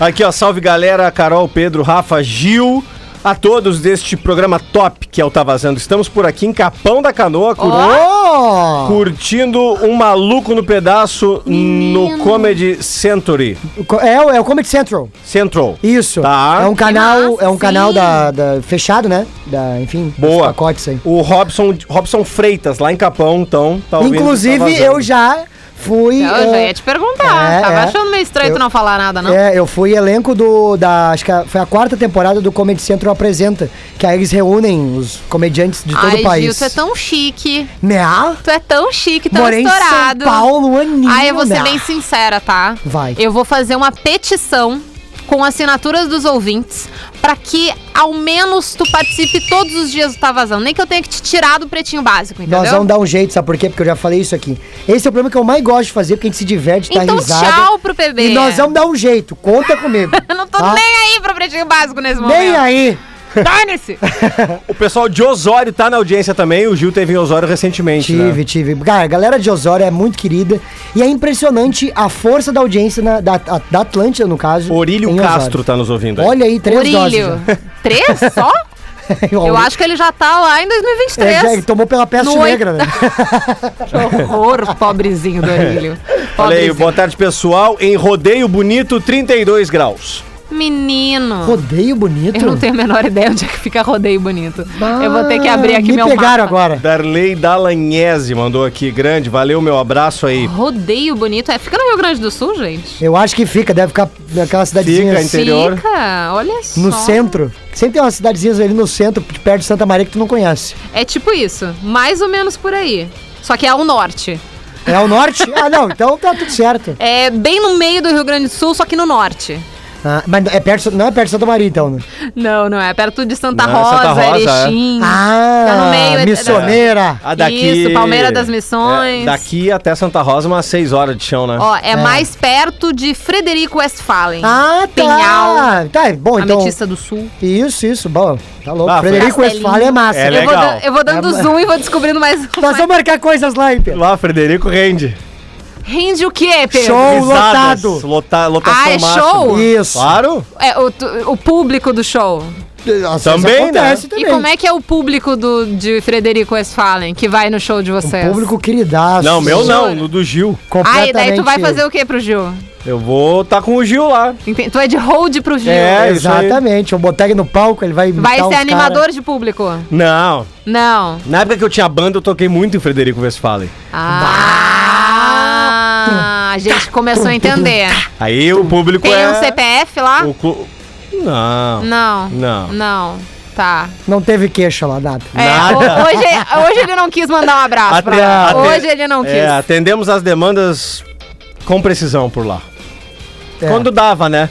S5: Aqui, ó, salve galera, Carol, Pedro, Rafa, Gil, a todos deste programa top que é o Tá Vazando. Estamos por aqui em Capão da Canoa, cur-
S4: oh!
S5: curtindo um maluco no pedaço no Comedy Century.
S4: Co- É, o- é o Comedy Central.
S5: Central.
S4: Isso.
S5: Tá.
S4: É um canal,
S1: massa,
S4: é um
S1: sim.
S4: canal da, da- fechado, né? Da, enfim, dos
S5: Boa. Tá
S4: pacotes aí.
S5: O Robson, Robson Freitas, lá em Capão, então, tá ouvindo, Tá
S4: Inclusive,
S5: Vazando.
S4: eu já fui. ah,
S1: Eu Tá, já ia te perguntar.
S4: é,
S1: Tava
S4: é.
S1: achando meio estranho
S4: Eu-
S1: tu não falar nada, não?
S4: É, eu fui elenco do. Da, acho que a- foi a quarta temporada do Comedy Central Apresenta. Que aí eles reúnem os comediantes de todo
S1: Ai,
S4: o país.
S1: Gil, tu é tão chique.
S4: Né?
S1: Tu é tão chique, tão
S4: Morei em São
S1: estourado.
S4: Paulo um aninho.
S1: Ah, eu vou ser
S4: né?
S1: bem sincera, tá?
S4: Vai.
S1: Eu vou fazer uma petição com assinaturas dos ouvintes pra que ao menos tu participe todos os dias do Tá Vazando. Nem que eu tenha que te tirar do pretinho básico, entendeu?
S4: Nós vamos dar um jeito, sabe por quê? Porque eu já falei isso aqui. Esse é o programa que eu mais gosto de fazer, porque a gente se diverte, tá
S1: Então
S4: risada.
S1: tchau pro PB.
S4: E nós vamos dar um jeito, conta comigo.
S1: Eu não tô
S4: tá?
S1: nem aí pro pretinho básico nesse momento.
S4: Nem aí.
S1: Dane-se!
S5: O pessoal de Osório tá na audiência também. O Gil teve em Osório recentemente. né?
S4: Tive, tive. Cara, a galera de Osório é muito querida. E é impressionante a força da audiência na- da, a- da Atlântida, no caso.
S5: Orílio
S4: em Osório.
S5: Castro tá nos ouvindo. aí.
S4: Olha aí, três doses. né?
S1: Orílio.
S4: já.
S1: Três só? Eu acho que ele já tá lá em
S4: É, já, ele
S1: 2023.
S4: tomou pela peste
S1: No
S4: negra, né?
S1: Que horror, pobrezinho do Orílio.
S5: Olha aí,
S1: Pobrezinho.
S5: boa tarde pessoal. Em Rodeio Bonito, 32 graus.
S1: Menino.
S4: Rodeio bonito.
S1: Eu não tenho a menor ideia onde é que fica rodeio bonito. eu vou ter que abrir aqui
S4: Ah, Me
S1: meu
S4: pegaram
S1: mapa.
S4: agora.
S5: Darley Dalanhese mandou aqui, grande. Valeu, meu abraço aí.
S1: Rodeio bonito. É, fica no Rio Grande do Sul, gente?
S4: Eu acho que fica, deve ficar naquela cidadezinha.
S5: Fica, Interior.
S1: Fica, olha só.
S4: No centro. Sempre tem umas cidadezinhas ali no centro, de perto de Santa Maria, que tu não conhece.
S1: É tipo isso. Mais ou menos por aí. Só que é ao norte.
S4: É o norte? ah, não, então tá tudo certo.
S1: É bem no meio do Rio Grande do Sul, só que no norte.
S4: Ah, mas é perto, não é perto de Santa Maria, então. Né?
S1: Não, não é. Perto de Santa
S5: Não, é
S1: Rosa,
S5: Santa Rosa, é.
S1: Erechim.
S4: Ah,
S1: Fica no meio, é-
S4: missioneira.
S5: A
S1: Isso, Palmeira das Missões.
S5: É, daqui até Santa Rosa, umas 6 horas de chão, né?
S1: Ó, é, mais perto de Frederico Westphalen.
S4: Ah, tá.
S1: Penhal,
S4: Tá, bom, então.
S1: Ametista do Sul.
S4: Isso, isso, bom. Tá louco.
S5: Ah,
S4: Frederico
S1: Castelinho.
S4: Westphalen é massa.
S5: É
S4: né?
S1: eu, vou
S5: legal.
S1: dan- eu vou dando
S4: É
S1: zoom e vou descobrindo mais.
S4: Nós
S1: mais-
S4: vamos marcar coisas lá, hein, Pedro?
S5: Lá, Frederico rende.
S1: Rende o quê, Pedro?
S4: Show
S5: Risadas,
S4: lotado.
S5: Lota, lotação
S1: Ah, é
S5: máxima.
S1: show?
S4: Isso.
S5: Claro.
S1: É, o, tu- o público do show.
S4: Nossa, isso
S5: Também, né?
S4: acontece
S1: E como é que é o público do, de Frederico Westphalen que vai no show de
S5: Um
S1: vocês?
S4: Um Público queridaço.
S5: Não, meu não,
S1: Jura?
S5: no do Gil.
S1: Ah, e
S4: Completamente.
S1: daí tu vai fazer o quê pro Gil?
S5: Eu vou tá com o Gil lá.
S1: Ente- Tu é de hold pro Gil.
S5: É, isso aí.
S4: Exatamente. Vou botar ele no palco, ele vai
S1: vai
S4: imitar
S1: ser
S4: uns
S1: animador de público?
S5: Não.
S1: Não.
S5: Na época que eu tinha banda, eu toquei muito em Frederico Westphalen.
S1: Ah, a gente começou a entender.
S5: Aí o público
S1: Tem
S5: é...
S1: um CPF lá?
S5: O clu... Não.
S1: Não.
S5: Não.
S1: Não. Tá.
S4: cara. Não teve queixa lá, nada.
S1: É,
S5: Nada.
S1: ho- hoje, hoje ele não quis mandar um abraço pra
S5: Até-
S1: ela.
S5: até-
S1: Hoje ele não quis.
S5: É, atendemos as demandas com precisão por lá.
S4: É.
S5: Quando dava, né?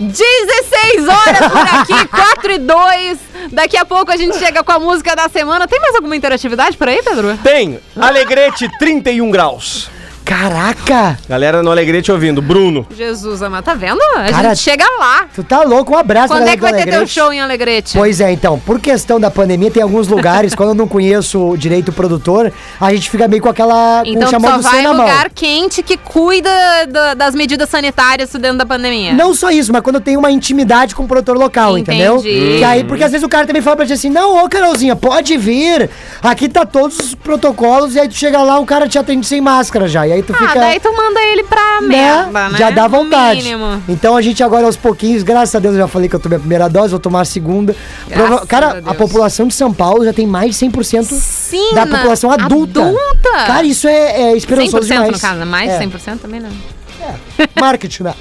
S1: 16 horas por aqui, 4 e 2. Daqui a pouco a gente chega com a música da semana. Tem mais alguma interatividade por aí, Pedro?
S5: Tem Alegrete 31 graus.
S4: Caraca!
S5: Galera no Alegrete ouvindo. Bruno.
S1: Jesus, amado, tá vendo? A
S4: Cara,
S1: gente chega lá.
S4: Tu tá louco? Um abraço,
S1: Quando
S4: galera
S1: é que vai
S4: do
S1: ter teu
S4: Alegrete.
S1: show em Alegrete?
S4: Pois é, então, por questão da pandemia, tem alguns lugares, quando eu não conheço direito o produtor, a gente fica meio com aquela.
S1: então
S4: com
S1: tu só vai
S4: sem
S1: em lugar quente que cuida da- das medidas sanitárias dentro da pandemia.
S4: Não só isso, mas quando tem uma intimidade com o produtor local,
S1: Entendi.
S4: entendeu? Que aí, porque às vezes o cara também fala pra ti assim, não, ô Carolzinha, pode vir. Aqui tá todos os protocolos, e aí tu chega lá, o cara te atende sem máscara já. E aí tu
S1: ah,
S4: fica.
S1: daí tu manda ele pra merda, né?
S4: Já dá
S1: No
S4: vontade.
S1: Mínimo.
S4: Então a gente agora aos pouquinhos, graças a Deus, eu já falei que eu tomei a primeira dose, vou tomar a segunda.
S1: Graças
S4: Prova-
S1: a
S4: Cara, a,
S1: Deus.
S4: população de São Paulo já tem mais de 100%
S1: Sim,
S4: da
S1: na-
S4: população adulta.
S1: Adulta?
S4: Cara, isso é, é esperançoso
S1: 100%
S4: demais.
S1: no caso, né? mais
S4: É,
S1: 100% também né? não.
S4: Marketing, né?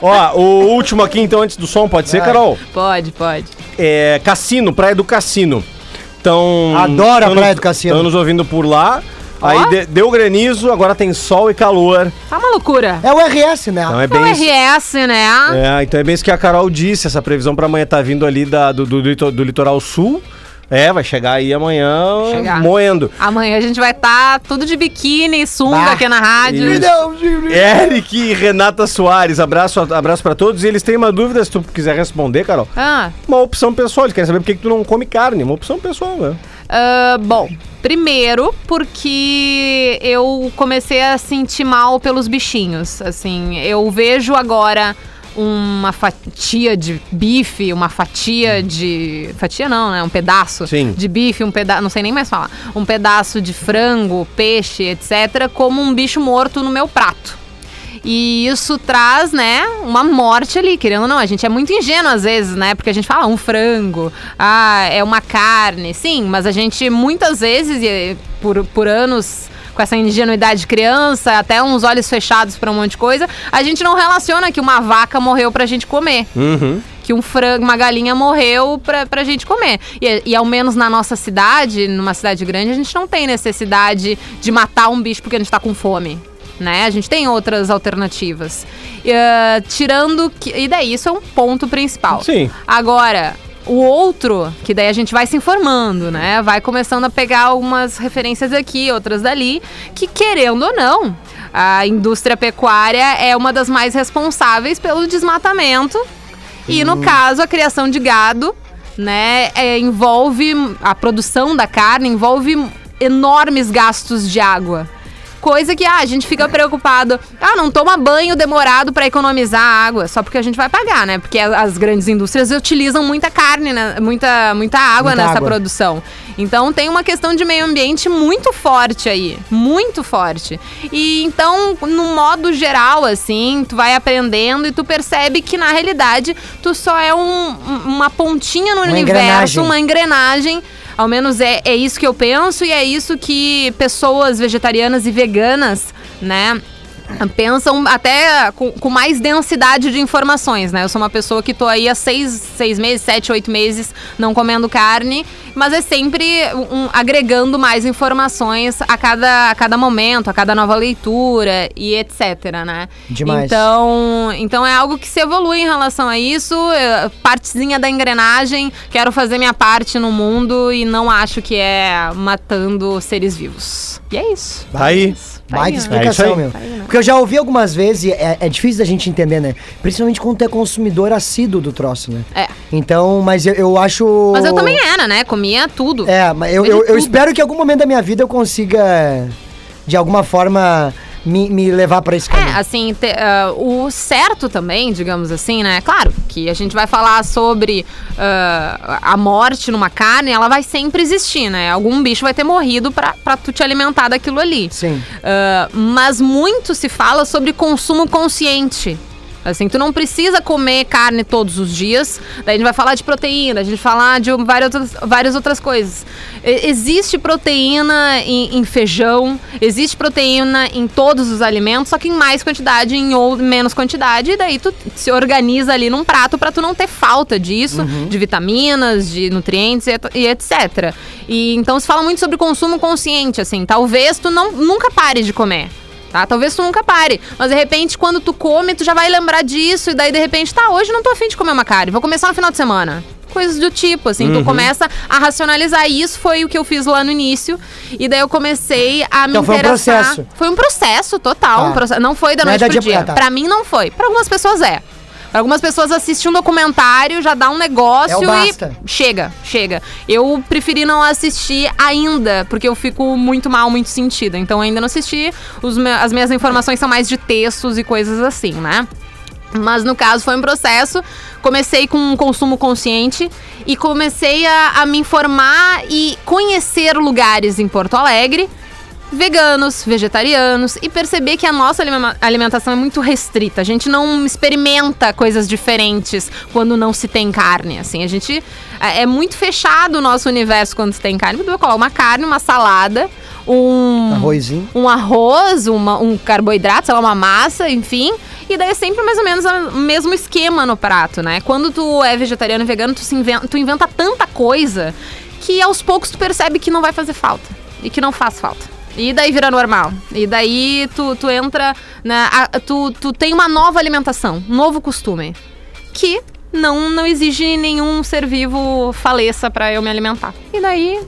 S5: Ó, o último aqui, então, antes do som, pode ser, Carol?
S1: Pode, pode.
S5: É, Cassino, Praia do Cassino. Então,
S4: Adoro a
S5: tão
S4: Praia
S5: nos-
S4: do Cassino.
S5: Estão nos ouvindo por lá. Aí
S1: Ó.
S5: de- deu granizo, agora tem sol e calor.
S1: Tá uma loucura.
S4: É o RS, né?
S5: Então é
S1: É o
S5: bem isso.
S1: RS, né?
S5: É, então é bem isso que a Carol disse. Essa previsão pra amanhã tá vindo ali da- do, do, do lito- do litoral sul. É, vai chegar aí amanhã
S1: Chegar.
S5: moendo.
S1: Amanhã a gente vai estar tudo de biquíni e sunga
S4: Bah.
S1: aqui na rádio.
S5: Isso. Eric e Renata Soares, abraço, abraço para todos. E eles têm uma dúvida, se tu quiser responder, Carol.
S1: Ah,
S5: Uma opção pessoal, eles querem saber por que que tu não come carne. Uma opção pessoal, né?
S1: ah, bom, primeiro porque eu comecei a sentir mal pelos bichinhos. Assim, eu vejo agora uma fatia de bife, uma fatia de. Fatia não, né? Um pedaço
S5: Sim.
S1: de bife, um pedaço. Não sei nem mais falar. Um pedaço de frango, peixe, etc., como um bicho morto no meu prato. E isso traz, né, uma morte ali, querendo ou não. A gente é muito ingênuo às vezes, né? Porque a gente fala, ah, um frango, ah, é uma carne. Sim, mas a gente muitas vezes, e, eh, por, por anos, com essa ingenuidade de criança, até uns olhos fechados pra um monte de coisa, a gente não relaciona que uma vaca morreu pra gente comer
S5: Uhum.
S1: que um frango, uma galinha morreu pra, pra gente comer. E, e ao menos na nossa cidade, numa cidade grande, a gente não tem necessidade de matar um bicho porque a gente tá com fome. né? A gente tem outras alternativas. Eh, tirando que. E daí, isso é um ponto principal.
S5: Sim.
S1: Agora, o outro, que daí a gente vai se informando, né? Vai começando a pegar algumas referências aqui, outras dali, que querendo ou não, a indústria pecuária é uma das mais responsáveis pelo desmatamento. E
S4: Hum.
S1: no caso, a criação de gado, né, é, envolve a produção da carne, envolve enormes gastos de água. Coisa que ah, a gente fica preocupado. Ah, não toma banho demorado para economizar água, só porque a gente vai pagar, né? Porque a- as grandes indústrias utilizam muita carne, né? muita, muita água
S4: Muita
S1: nessa
S4: água. né?
S1: produção. Então tem uma questão de meio ambiente muito forte aí, muito forte. E então, no modo geral, assim, tu vai aprendendo e tu percebe que na realidade tu só é um- uma pontinha no
S4: Uma
S1: universo,
S4: engrenagem.
S1: uma engrenagem. Ao menos é, é isso que eu penso e é isso que pessoas vegetarianas e veganas, né? Pensam até com, com mais densidade de informações, né? Eu sou uma pessoa que tô aí há seis, seis meses, sete, oito meses não comendo carne, mas é sempre um- um- agregando mais informações a cada, a cada momento, a cada nova leitura e etc, né?
S4: Demais.
S1: Então, então, então é algo que se evolui em relação a isso. é, Partezinha da engrenagem, quero fazer minha parte no mundo e não acho que é matando seres vivos. E é isso.
S5: Tá aí.
S1: Tá
S4: Baita
S1: aí, né?
S4: explicação,
S5: É isso aí.
S4: meu. Porque eu já ouvi algumas vezes, e é, é difícil da gente entender, né? Principalmente quando tu é consumidor assíduo do troço, né?
S1: É.
S4: Então, mas eu, eu acho.
S1: Mas eu também era, né? Comia tudo.
S4: É, mas eu,
S1: Foi de
S4: eu, eu
S1: tudo.
S4: espero que em algum momento da minha vida eu consiga, de alguma forma, me, me levar pra esse caminho.
S1: É, assim, te- ah, o certo também, digamos assim, né? Claro que a gente vai falar sobre ah, a morte numa carne, ela vai sempre existir, né? Algum bicho vai ter morrido pra, pra tu te alimentar daquilo ali.
S4: Sim.
S1: Ah, mas muito se fala sobre consumo consciente. Assim, tu não precisa comer carne todos os dias. Daí a gente vai falar de proteína, a gente vai falar de várias outras, várias outras coisas. E- existe proteína em, em feijão, existe proteína em todos os alimentos, só que em mais quantidade, em ou menos quantidade. E daí tu se organiza ali num prato pra tu não ter falta disso,
S4: Uhum.
S1: de vitaminas, de nutrientes e, et- e etc. E então se fala muito sobre consumo consciente, assim. Talvez tu não, nunca pare de comer tá? Talvez tu nunca pare, mas de repente quando tu come, tu já vai lembrar disso e daí de repente, tá, hoje não tô afim de comer uma carne, vou começar no final de semana. Coisas do tipo, assim,
S4: Uhum.
S1: tu começa a racionalizar E isso, foi o que eu fiz lá no início, e daí eu comecei a me
S4: Então foi um
S1: interessar.
S4: processo.
S1: Foi um processo total,
S4: Tá.
S1: um processo, não foi da
S4: Não é
S1: noite
S4: da
S1: pro
S4: dia-
S1: dia.
S4: ah, tá.
S1: Pra mim não foi, pra algumas pessoas é. Pra algumas pessoas assistir um documentário, já dá um negócio
S4: É o basta.
S1: e chega, chega. Eu preferi não assistir ainda, porque eu fico muito mal, muito sentido. Então ainda não assisti. Os me- as minhas informações são mais de textos e coisas assim, né? Mas no caso foi um processo. Comecei com um consumo consciente e comecei a, a me informar e conhecer lugares em Porto Alegre. Veganos, vegetarianos e perceber que a nossa alima- alimentação é muito restrita. A gente não experimenta coisas diferentes quando não se tem carne. Assim, a gente é é muito fechado o nosso universo quando se tem carne. Tu coloca uma carne, uma salada, um
S4: Arrozinho.
S1: um arroz, uma- um carboidrato, sei lá, uma massa, enfim. E daí é sempre mais ou menos a- o mesmo esquema no prato, né? Quando tu é vegetariano e vegano, tu, se inventa, tu inventa tanta coisa que aos poucos tu percebe que não vai fazer falta. E que não faz falta. E daí vira normal. E daí tu, tu entra, né? a- tu, tu tem uma nova alimentação, um novo costume. Que não, não exige nenhum ser vivo faleça pra eu me alimentar. E daí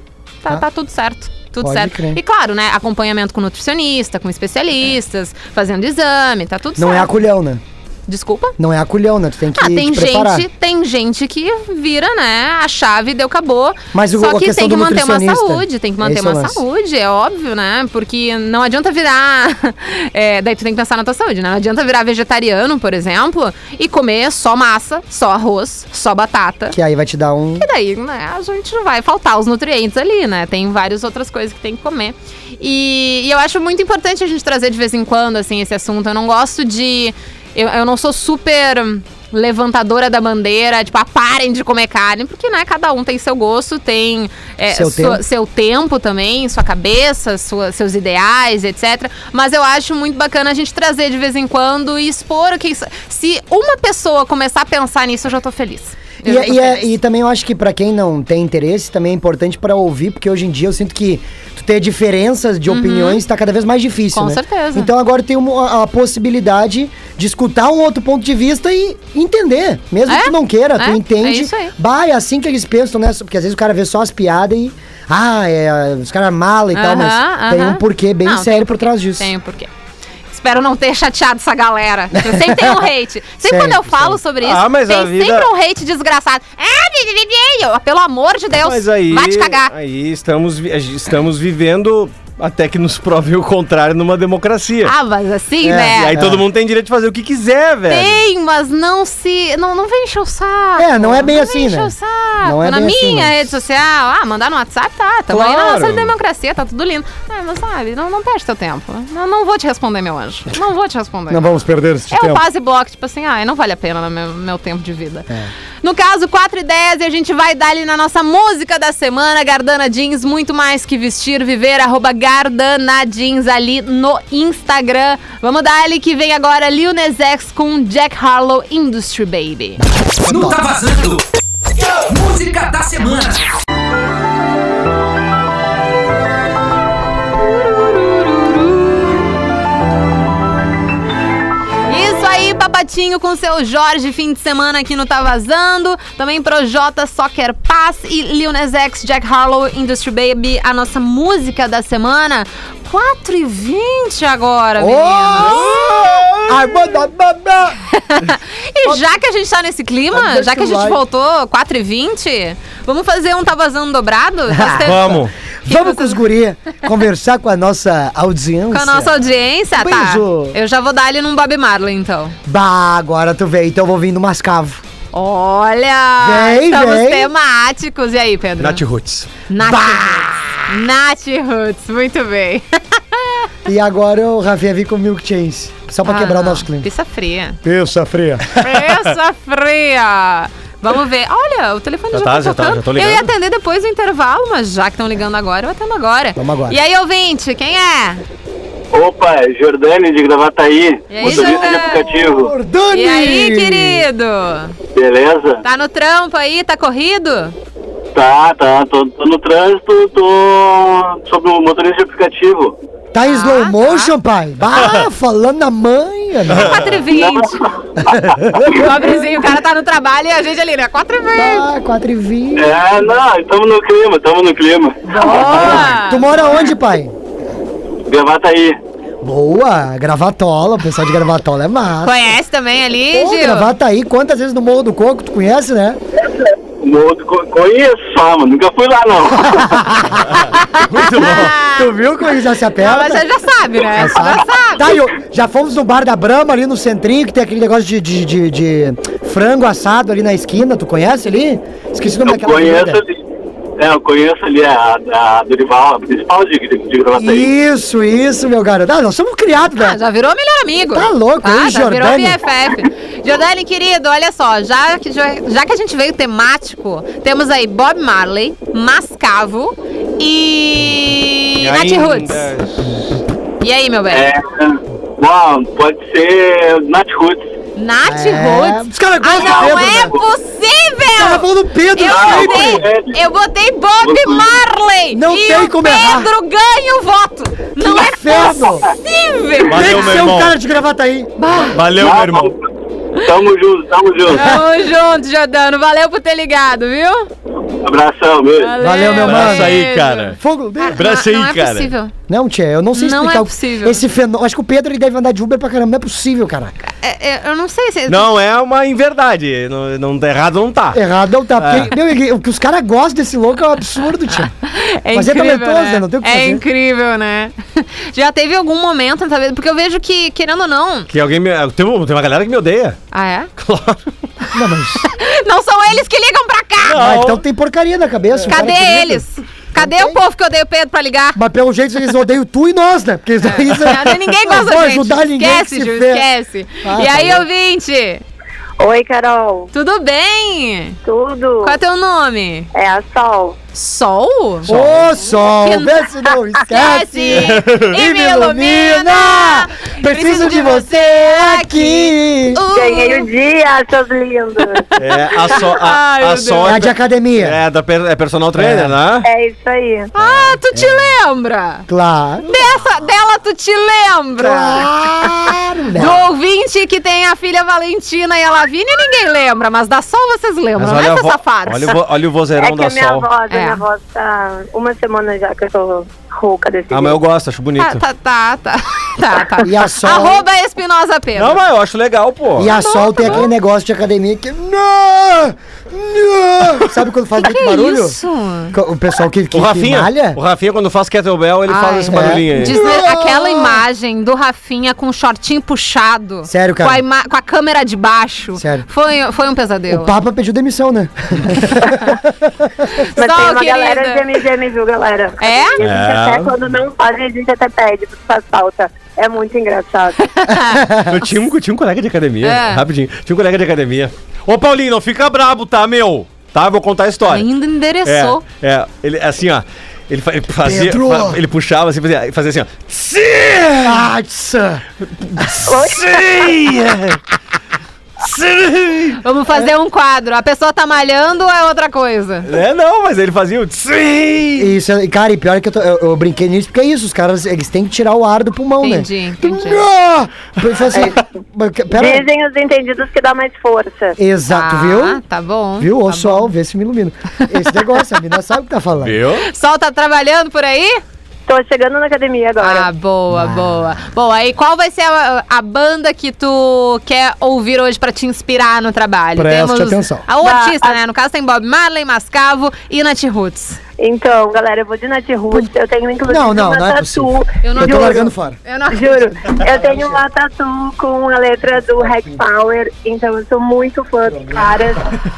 S1: tá,
S4: Tá.
S1: tá tudo certo. Tudo
S4: Pode
S1: certo.
S4: crer.
S1: E claro, né? Acompanhamento com nutricionista, com especialistas, fazendo exame, tá tudo
S4: Não é
S1: certo.
S4: aculhão, né?
S1: Desculpa?
S4: Não é aculhão, né? Tu tem que
S1: Ah, tem
S4: te preparar.
S1: gente, tem gente que vira, né? A chave deu, acabou.
S4: Mas o-
S1: Só
S4: a
S1: que
S4: questão
S1: tem que
S4: do
S1: manter uma
S4: nutricionista,
S1: saúde, tem que
S4: é
S1: manter
S4: esse o
S1: uma
S4: lance.
S1: saúde, é óbvio, né? Porque não adianta virar. é, daí tu tem que pensar na tua saúde, né? Não adianta virar vegetariano, por exemplo, e comer só massa, só arroz, só batata.
S4: Que aí vai te dar um.
S1: E daí, né, a gente não vai faltar os nutrientes ali, né? Tem várias outras coisas que tem que comer. E, e eu acho muito importante a gente trazer de vez em quando, assim, esse assunto. Eu não gosto de. Eu, eu não sou super hum, levantadora da bandeira, tipo, ah, parem de comer carne, porque, né, cada um tem seu gosto, tem é,
S4: Seu
S1: sua-
S4: tempo.
S1: seu tempo também, sua cabeça, sua- seus ideais, etc. Mas eu acho muito bacana a gente trazer de vez em quando e expor o que isso. Se uma pessoa começar a pensar nisso, eu já tô feliz.
S4: E,
S1: Eu já tô
S4: e é-
S1: feliz.
S4: e também eu acho que pra quem não tem interesse, também é importante pra ouvir, porque hoje em dia eu sinto que tu ter diferenças de opiniões tá cada vez mais difícil,
S1: Uhum. Com
S4: né?
S1: certeza.
S4: Então agora tem uma, a possibilidade de escutar um outro ponto de vista e entender. Mesmo
S1: É?
S4: que tu não queira,
S1: É?
S4: tu entende.
S1: É isso aí.
S4: Bah, é assim que eles pensam, né? Porque às vezes o cara vê só as piadas e... Ah, é, os caras mala e tal, mas
S1: Aham,
S4: tem um
S1: aham.
S4: porquê bem
S1: Não, tem
S4: sério
S1: um
S4: por
S1: porquê,
S4: trás disso.
S1: Tem um porquê. Espero não ter chateado essa galera. Eu sempre tem um hate. Sempre quando eu
S4: Sempre,
S1: falo sobre isso,
S5: Ah, mas
S1: tem
S5: a vida-
S1: sempre um hate desgraçado. Ah, bi, bi, bi, bi, eu, pelo amor de Deus,
S5: Mas aí,
S1: vai te cagar.
S5: aí estamos, vi- estamos vivendo até que nos prove o contrário numa democracia.
S1: Ah, mas assim,
S4: É,
S5: e
S1: né?
S5: aí todo mundo tem direito de fazer o que quiser, velho.
S1: Tem, mas não se. Não, não vem encher o saco.
S4: É, não é bem
S1: vem
S4: assim,
S1: encher
S4: né?
S1: o saco.
S4: Não é
S1: Na
S4: bem
S1: minha
S4: assim, mas-
S1: rede social, ah, mandar no WhatsApp, tá. Tamo aí na
S5: Claro.
S1: nossa democracia, tá tudo lindo. Ah, mas sabe, não, não perde teu tempo. Não, não vou te responder, meu anjo. Não vou te responder.
S4: Não vamos perder esse
S1: É o
S4: tempo.
S1: passe bloco, tipo assim, ah, não vale a pena no meu, meu tempo de vida.
S4: É.
S1: No caso, 4 e 10, e a gente vai dar ali na nossa música da semana, Gardana Jeans, muito mais que vestir, viver, arroba Gardana Jeans ali no Instagram. Vamos dar ali que vem agora Lil Nas X com Jack Harlow Industry Baby.
S3: Não tá vazando. Música da semana.
S1: Isso aí, Papatinho com seu Jorge, fim de semana aqui no Tá Vazando. Também Projota, Soccer Pass e Lil Nas X, Jack Harlow, Industry Baby, a nossa música da semana. 4 e 20 agora, menino.
S4: Ai, manda, manda.
S1: E já que a gente tá nesse clima,
S4: Pode
S1: já que a gente
S4: deixar o like.
S1: voltou 4 e 20, vamos fazer um Tá Vazando dobrado? Você-
S5: Vamos.
S4: Vamos com os guri conversar com a nossa audiência.
S1: Com a nossa audiência,
S4: Um
S1: tá?
S4: beijo.
S1: Eu já vou dar ele num Bob Marley, então.
S4: Bah, agora tu vê, então eu vou vir no Mascavo.
S1: Olha!
S4: Vem,
S1: estamos
S4: vem.
S1: temáticos. E aí, Pedro?
S5: Nath Roots.
S1: Nath Roots. Nath Roots, muito bem.
S4: E agora o Rafinha vir com o Milk Chains. Só pra
S1: Ah,
S4: quebrar o
S1: não.
S4: nosso clima.
S1: Pizza fria.
S4: Pensa, fria.
S1: Pizza fria. Vamos ver. Olha, o telefone já,
S5: Já
S1: tá,
S5: tá, já tá,
S1: tocando.
S5: já tô
S1: eu ia
S5: ligando.
S1: atender depois do intervalo, mas já que estão ligando agora, eu atendo agora.
S4: Vamos agora.
S1: E aí, ouvinte, quem é?
S8: Opa, Jordani de Gravataí,
S1: E aí,
S8: motorista de
S1: Jordani?
S8: aplicativo.
S4: Jordani!
S1: E aí, querido?
S8: Beleza?
S1: Tá no trampo aí? Tá corrido?
S8: Tá, tá, tô, tô no trânsito, tô sobre o motorista de aplicativo.
S4: Tá em slow
S1: Ah,
S4: motion, pai? Bah, falando na manha. né?
S1: 4 e 20. Pobrezinho, o cara tá no trabalho e a gente ali, né? 4 e 20.
S4: Ah, 4 e 20.
S8: É, não, estamos no clima, estamos no clima.
S1: Boa!
S4: Tu mora onde, pai?
S8: Gravataí.
S4: Boa, gravatola. O pessoal de gravatola é massa.
S1: Conhece também ali,
S4: Pô,
S1: Gil?
S4: gravata aí, quantas vezes no Morro do Coco, tu conhece, né?
S8: No outro, co- conheço, só, mano, nunca fui lá não.
S5: Muito bom.
S4: Tu viu como ele já se
S1: Ah,
S4: aperta?
S1: mas você já sabe, né? Você já sabe.
S4: Tá, eu, já fomos no bar da Brama ali no centrinho, que tem aquele negócio de, de, de- de frango assado ali na esquina, tu conhece ali? Esqueci o nome
S9: é
S8: Eu
S4: daquela
S8: conheço
S4: comida.
S8: ali. É, eu conheço ali a, a Durival, a principal de, de, de Gravataí.
S4: Isso, isso, meu garoto. Ah, nós somos criados,
S1: Ah,
S4: né?
S1: já virou melhor amigo.
S4: Tá louco,
S1: ah,
S4: hein,
S1: já virou
S4: Jordani?
S1: BFF. Jordani, querido, olha só, já que, já, já que a gente veio temático, temos aí Bob Marley, Mascavo e. Nath Roots.
S5: é.
S1: E aí, meu bem?
S8: É, bom, pode ser Nath Roots.
S1: Nath
S4: É,
S1: Roots?
S4: os caras
S1: Ah,
S4: gostam
S1: não
S4: do Pedro,
S1: é
S4: né?
S1: possível!
S4: Tava falando do Pedro
S1: Eu
S4: sempre.
S1: botei, eu botei Bob Marley!
S4: Não
S1: e
S4: tem
S1: o
S4: como errar.
S1: Pedro ganha o voto! Não é
S4: inferno.
S1: possível!
S4: Tem
S5: Valeu,
S4: que
S5: meu
S4: ser um
S5: irmão.
S4: cara de gravata aí.
S5: Valeu, meu irmão.
S8: Tamo junto, tamo junto.
S1: Tamo junto, Jordano. Valeu por ter ligado, viu?
S8: Abração, beijo.
S4: Valeu, meu mano.
S5: Abraço aí, cara.
S4: Fogo dele.
S5: Abraço
S1: não,
S5: aí,
S1: não é
S5: cara.
S1: possível.
S4: Não, tia, eu não sei
S1: Não
S4: explicar.
S1: é
S4: o-
S1: possível.
S4: Esse fenômeno. Acho que o Pedro ele deve andar de Uber pra caramba. Não é possível, cara.
S1: É, é, eu não sei se.
S5: Não é uma inverdade. Não, não tá errado, não tá.
S4: Errado não tá. Porque, meu, ele- o que os caras gostam desse louco é um absurdo, tia.
S1: É
S4: Mas é
S1: incrível,
S4: talentoso,
S1: né?
S4: né? Não tem o que
S1: é
S4: fazer.
S1: incrível, né? Já teve algum momento, talvez, porque eu vejo que, querendo ou não.
S5: Que alguém me... tem, uma- tem uma galera que me odeia.
S1: Ah, é?
S5: Claro.
S4: Não, mas.
S1: Não são eles que ligam pra cá!
S4: Ah, então tem porcaria na cabeça. o cara
S1: Cadê
S4: que liga.
S1: eles? Cadê o povo que odeia o Pedro pra ligar?
S4: Mas pelo jeito eles odeiam tu e nós, né? Porque isso, isso,
S1: É. Não, ninguém
S4: não
S1: gosta
S4: vou
S1: da gente.
S4: ajudar ninguém
S1: esquece,
S4: que se
S1: Ju,
S4: ferre.
S1: esquece.
S4: Ah,
S1: e
S4: tá
S1: aí,
S4: bom.
S1: ouvinte?
S9: Oi, Carol.
S1: Tudo bem?
S9: Tudo?
S1: Qual é teu nome?
S9: É a Sol.
S1: Sol?
S4: Ô sol,
S1: Que-
S4: vê se não
S1: Esquece!
S4: esquece.
S1: e me ilumina!
S4: Preciso de você aqui.
S1: Uh,
S9: Ganhei o dia, seus lindos.
S5: É, a só. A,
S1: Ai,
S5: a
S1: meu
S5: só
S4: É a de academia.
S5: é, da per- é personal trainer,
S4: É.
S5: né?
S9: É isso aí.
S1: Ah, tu te lembra?
S4: Claro.
S1: Dessa, dela tu te lembra?
S4: Claro,
S1: Do ouvinte que tem a filha Valentina e a Lavínia, ninguém lembra, mas da Sol vocês lembram, não é,
S5: a vo-
S1: seus safados?
S5: olha, o vo- olha o vozeirão
S9: É que
S5: da
S9: a minha
S5: Sol.
S9: voz, a
S1: É.
S9: minha voz tá uma semana já que eu tô rouca desse
S5: Ah, mas eu gosto, acho bonito.
S1: Tá, tá, tá, tá. tá, tá.
S4: E a Sol-
S1: Arroba Espinosa Pedro.
S5: Não, mas eu acho legal, pô.
S4: E a Sol tem aquele negócio de academia que. Não! Não! Sabe quando faz muito
S1: que é
S4: barulho?
S1: isso?
S4: Co- O pessoal que, que,
S5: O
S4: que
S5: Rafinha,
S4: malha?
S5: o Rafinha, quando faz kettlebell, ele
S1: Ai,
S5: faz esse
S1: é.
S5: barulhinho aí.
S1: Disney- aquela imagem do Rafinha com o shortinho puxado.
S4: Sério, cara?
S1: Com a, ima- com a câmera de baixo.
S4: Sério.
S1: Foi, foi um pesadelo.
S4: O Papa pediu demissão, né?
S9: Mas
S1: Sol,
S9: tem uma
S1: querida.
S9: galera de MGM, viu, galera?
S1: É?
S9: A gente até quando não faz, a gente até pede, porque faz falta. É muito engraçado.
S5: Eu tinha um, tinha um colega de academia,
S1: É.
S5: rapidinho. Tinha um colega de academia. Ô, Paulinho, não fica brabo, tá, meu? Tá, eu vou contar a história.
S1: Ainda
S5: É,
S1: endereçou.
S5: é, ele assim, ó. Ele, fa- ele fazia.
S4: Pedro!
S5: fa- ele puxava assim, fazia, fazia assim, ó.
S4: Ah. Nossa!
S1: Vamos fazer um quadro. A pessoa tá malhando é outra coisa.
S5: É, não, mas ele fazia o. Sim!
S4: Isso, é- cara, e pior é que eu, tô- eu- eu brinquei nisso, porque é isso, os caras, eles têm que tirar o ar do pulmão,
S1: Entendi,
S4: né?
S1: entendi.
S4: Ah! Porque foi assim, mas que- pera,
S9: Dizem os entendidos que dá mais força.
S4: exato,
S1: Ah,
S4: viu?
S1: Tá bom.
S4: Viu? Ô
S1: tá
S4: sol, vê se me ilumina. Esse negócio, a mina sabe o que tá falando.
S5: Viu?
S1: bom. Sol tá trabalhando por aí?
S9: Tô chegando na academia agora.
S1: Ah, boa, boa. Boa, e qual vai ser a, a banda que tu quer ouvir hoje pra te inspirar no trabalho?
S4: Preste atenção.
S1: A, o
S9: Bah,
S1: artista,
S9: a-
S1: né? No caso tem Bob Marley, Mascavo e Nath Roots.
S9: Então, galera, eu vou de Nath Roots. Eu tenho, inclusive,
S4: Não, não,
S9: uma
S4: não é possível.
S9: tatu.
S1: Eu não
S4: Eu tô
S1: Juro.
S4: largando fora.
S1: Eu não
S9: Juro, eu tenho uma tatu com a letra do Hack Power, então eu sou muito fã dos caras.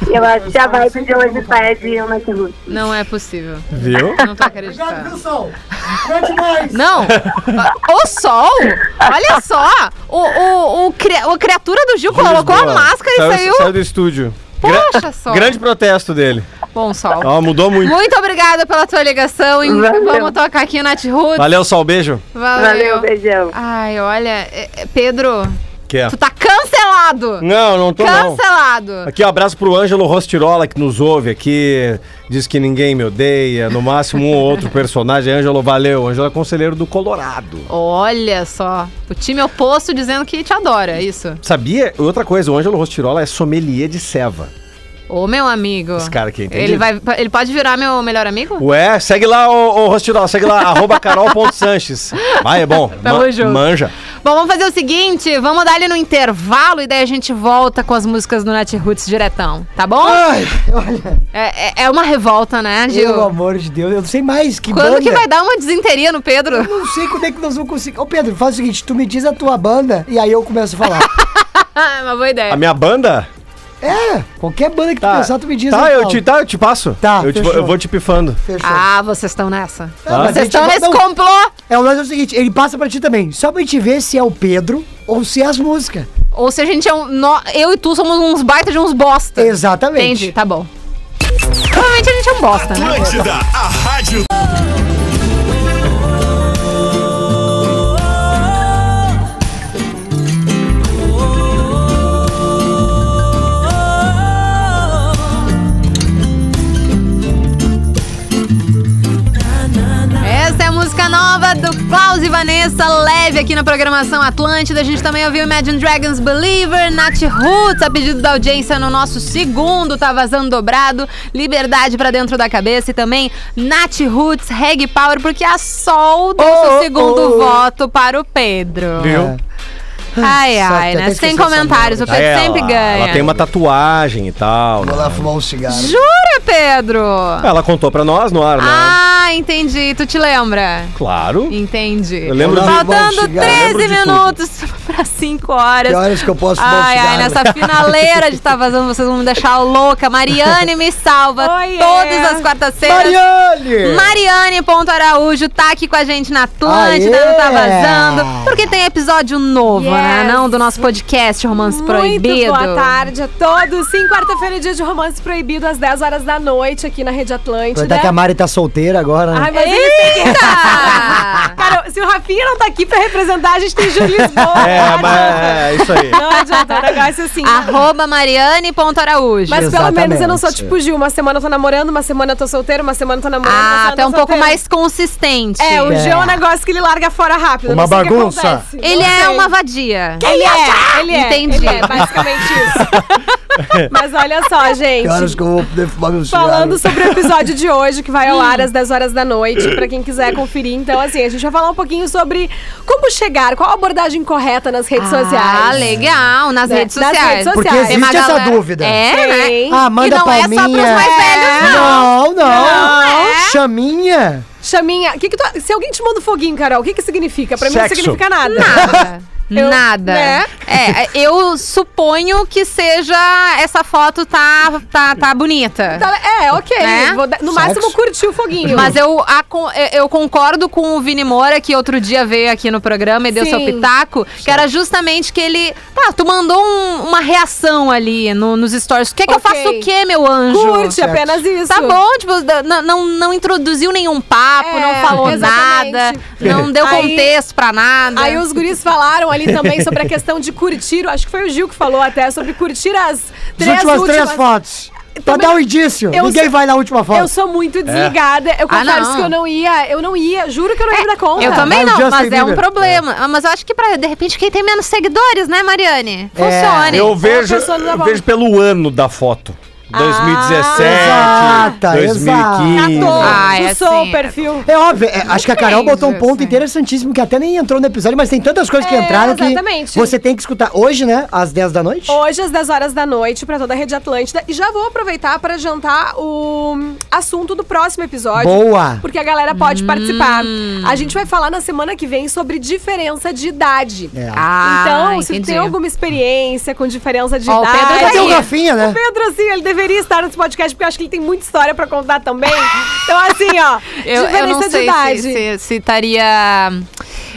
S9: Eu acho que a vibe de hoje pede uma Roots.
S1: Não é possível.
S5: Viu?
S1: Não tô acreditando.
S4: sol. Cante mais.
S1: Não! O sol! Olha só! O, o, o, cri- o criatura do Gil colocou a
S5: Boa.
S1: máscara
S5: saiu,
S1: e saiu.
S5: Saiu do estúdio.
S1: Poxa, sol!
S5: Grande protesto dele.
S1: Bom sol.
S5: Ó, mudou muito.
S1: Muito obrigada pela tua ligação. E
S9: Valeu.
S1: vamos tocar aqui Nath Roots.
S5: Valeu, Sol, beijo.
S9: Valeu, beijão.
S1: Ai, olha, é- é- Pedro,
S5: Que é.
S1: tu tá cancelado!
S5: Não, não tô não.
S1: cancelado!
S5: Aqui, um abraço pro Ângelo Rostirola, que nos ouve aqui. Diz que ninguém me odeia. No máximo, um ou outro personagem. Ângelo, valeu. Ângelo é conselheiro do Colorado.
S1: Olha só, o time oposto dizendo que te adora, é isso.
S5: Sabia? Outra coisa, o Ângelo Rostirola é sommelier de ceva.
S1: Ô, meu amigo.
S5: Esse cara aqui, entende?
S1: Ele, vai, ele pode virar meu melhor amigo?
S5: Ué, segue lá, ô, ô Rostirola, segue lá, arroba carol.sanches. Vai, é bom.
S1: Tamo
S5: Ma-
S1: junto.
S5: Manja.
S1: Bom, vamos fazer o seguinte, vamos dar ele no intervalo e daí a gente volta com as músicas do Netroots diretão, tá bom?
S4: Ai, olha,
S1: É, é- é uma revolta, né,
S4: pelo
S1: Gil?
S4: amor de Deus, eu não sei mais que
S1: Quando
S4: banda.
S1: que vai dar uma desinteria no Pedro?
S4: Não sei quando é que nós vamos conseguir. Ô Pedro, faz o seguinte, tu me diz a tua banda e aí eu começo a falar.
S1: Ah, é uma boa
S5: A
S1: ideia.
S5: minha banda?
S4: é, qualquer banda que tu pensar, tu me diz.
S5: Tá,
S4: aí
S5: eu
S4: falo.
S5: te, tá, eu te passo.
S4: Tá,
S5: eu, te-
S4: fechou. Tá.
S5: eu vou te pifando.
S4: Fechou.
S1: Ah, vocês estão nessa.
S4: Tá, mas a
S1: Vocês
S4: gente
S1: estão
S4: vai-
S1: nesse
S4: não.
S1: complô
S4: É, o lance é o seguinte, ele passa pra ti também, só pra gente ver se é o Pedro ou se é as músicas.
S1: Ou se a gente é um. nó- eu e tu somos uns baita de uns bosta.
S4: Exatamente.
S1: Entendi, tá bom. Provavelmente a gente é um bosta, né?
S11: Atlântida, a rádio
S1: Essa é a música nova do Klaus e Vanessa Leve aqui na programação Atlântida. A gente também ouviu Imagine Dragons Believer, Nat Roots, a pedido da audiência no nosso segundo Tá Vazando Dobrado, Liberdade pra Dentro da Cabeça e também Nat Roots, Reg Power, porque a Sol deu
S4: Oh,
S1: seu
S4: oh,
S1: segundo
S4: oh.
S1: voto para o Pedro.
S5: Viu?
S1: Ai,
S4: Sorte,
S1: ai,
S4: até
S1: né?
S4: esqueci
S1: Sem
S4: essa
S1: comentários, o
S4: merda.
S1: Pedro sempre
S5: ela,
S1: ganha.
S5: Ela tem uma tatuagem e tal. né?
S4: Vou lá fumar um cigarro.
S1: Jura, Pedro?
S5: Ela contou pra nós no ar, né?
S1: Ah, entendi. Tu te lembra?
S5: Claro.
S1: Entendi.
S5: Eu lembro de-
S1: Faltando
S4: Bom, chegar,
S1: 13
S5: lembro de tudo.
S1: minutos pra 5 horas.
S4: Que horas que eu posso fumar um
S1: Ai,
S4: cigarro?
S1: ai, nessa finaleira de Tá Vazando, vocês vão me deixar louca. Mariane me salva
S12: Oi, é.
S1: todas as quartas-feiras.
S4: Mariane!
S1: Mariane.araújo tá aqui com a gente na Atlântida,
S4: Aê!
S1: não tá vazando, porque tem episódio novo, né? Não, do nosso podcast Romance
S3: Muito
S1: Proibido.
S3: boa tarde a todos. Sim, quarta-feira é dia de Romance Proibido, às 10 horas da noite, aqui na Rede Atlântida.
S4: Aproveitar que a Mari tá solteira agora, né?
S3: né? Ai, mas eles têm que...
S1: Eita!
S3: Cara, se o Rafinha não tá aqui pra representar, a gente tem Júlio Lisboa.
S5: É,
S3: não
S5: mas
S3: adianta.
S5: é isso aí.
S3: Não adianta, o negócio é assim.
S1: Arroba Mariane.araújo.
S3: Mas pelo menos eu não
S4: Exatamente.
S3: sou tipo Gil. Uma semana eu tô namorando, uma semana eu tô solteira, uma semana eu tô namorando. uma
S1: Ah,
S3: semana
S1: tu é
S3: eu
S1: um
S3: tô
S1: pouco
S3: solteira.
S1: mais consistente.
S3: É, o
S4: É.
S3: Gil é um negócio que ele larga fora rápido.
S4: Uma
S3: não sei o que
S4: bagunça.
S3: acontece.
S1: Ele
S3: Não
S1: é
S3: sei.
S1: uma vadia.
S3: Ele é, ele é.
S1: Entendi.
S3: Ele é, basicamente isso. Mas olha só,
S4: Que
S3: gente.
S4: horas né? que eu vou poder fumar meu cigarro?
S3: Falando sobre o episódio de hoje, que vai ao ar às 10 horas da noite, pra quem quiser conferir. Então, assim, a gente vai falar um pouquinho sobre como chegar, qual a abordagem correta nas redes
S1: Ah,
S3: sociais.
S1: legal, nas
S3: Né?
S1: redes
S3: Nas
S1: sociais.
S3: redes
S4: Porque
S3: sociais.
S1: Tem uma
S4: existe essa
S1: galera-
S4: dúvida.
S1: É,
S3: Tem.
S1: né?
S4: Ah, manda
S1: e não é só
S4: palminha.
S1: pros mais velhos, não.
S4: Não, não.
S1: é.
S4: Chaminha.
S3: Chaminha, que que tu- se alguém te manda um foguinho, Carol, o que que significa? Pra mim não
S5: Sexo.
S3: significa nada.
S1: Nada.
S3: Eu-
S1: Nada.
S3: né?
S1: É, eu suponho que seja essa foto tá, tá, tá bonita.
S3: Então, é, ok.
S1: Né?
S3: vou dar- no
S4: Sexo.
S3: máximo curtir o foguinho.
S1: Mas eu, a con- eu- eu concordo com o Vini Moura, que outro dia veio aqui no programa e deu
S3: Sim.
S1: seu pitaco, que era justamente que ele. Tá, tu mandou um- uma reação ali no- nos stories. Quer que eu
S3: Ok.
S1: faça o quê, meu anjo?
S3: Curte apenas isso.
S1: Tá bom, tipo, da- não, não, não introduziu nenhum papo,
S3: É,
S1: não falou
S3: exatamente.
S1: nada, não deu
S3: Aí-
S1: contexto pra nada.
S3: Aí os guris falaram ali também sobre a questão de curtir, acho que foi o Gil que falou até, sobre curtir as
S4: As
S3: três
S4: últimas
S3: últimas
S4: três fotos. Pra
S3: Também-
S4: dar um indício.
S3: Eu
S4: Ninguém
S3: sou-
S4: vai na última foto.
S3: Eu sou muito desligada. Eu
S1: Ah,
S3: confesso
S1: não. É,
S3: que eu não ia, eu não ia, juro que eu não ia dar conta.
S1: Eu também
S4: Vai o
S1: não,
S4: Justin
S1: mas é um
S4: Bieber.
S1: problema. Ah, Mas eu acho que, pra, de repente, quem tem menos seguidores, né, Mariane? Funcione.
S5: Eu vejo,
S3: pessoa não dá
S5: eu
S3: bom.
S5: vejo pelo ano da foto.
S1: Ah,
S5: 2017,
S4: exata,
S5: 2015.
S3: Catou,
S1: Ah,
S3: ah,
S1: é assim.
S3: o perfil.
S4: É óbvio, é, acho que a Carol
S1: Depende,
S4: botou um ponto
S1: assim.
S4: interessantíssimo que até nem entrou no episódio, mas tem tantas coisas que
S3: É,
S4: entraram
S3: exatamente.
S4: que você tem que escutar hoje, né? Às 10 da noite.
S3: Hoje, às 10 horas da noite, pra toda a Rede Atlântida. E já vou aproveitar pra jantar o assunto do próximo episódio.
S4: Boa!
S3: Porque a galera pode participar.
S1: Hum.
S3: A gente vai falar na semana que vem sobre diferença de idade.
S4: É.
S1: Ah,
S3: então, se
S1: entendi.
S3: tem alguma experiência com diferença de
S1: Ó, o
S3: idade.
S1: Pedro tá
S4: Cadê o
S1: aí.
S4: Rafinha, né?
S3: Pedro, assim, ele deveria estar nesse podcast, porque eu acho que ele tem muita história pra contar também. Então, assim, ó,
S1: Eu, eu
S3: diferença
S1: não
S3: de
S1: sei
S3: idade.
S1: se- se se estaria.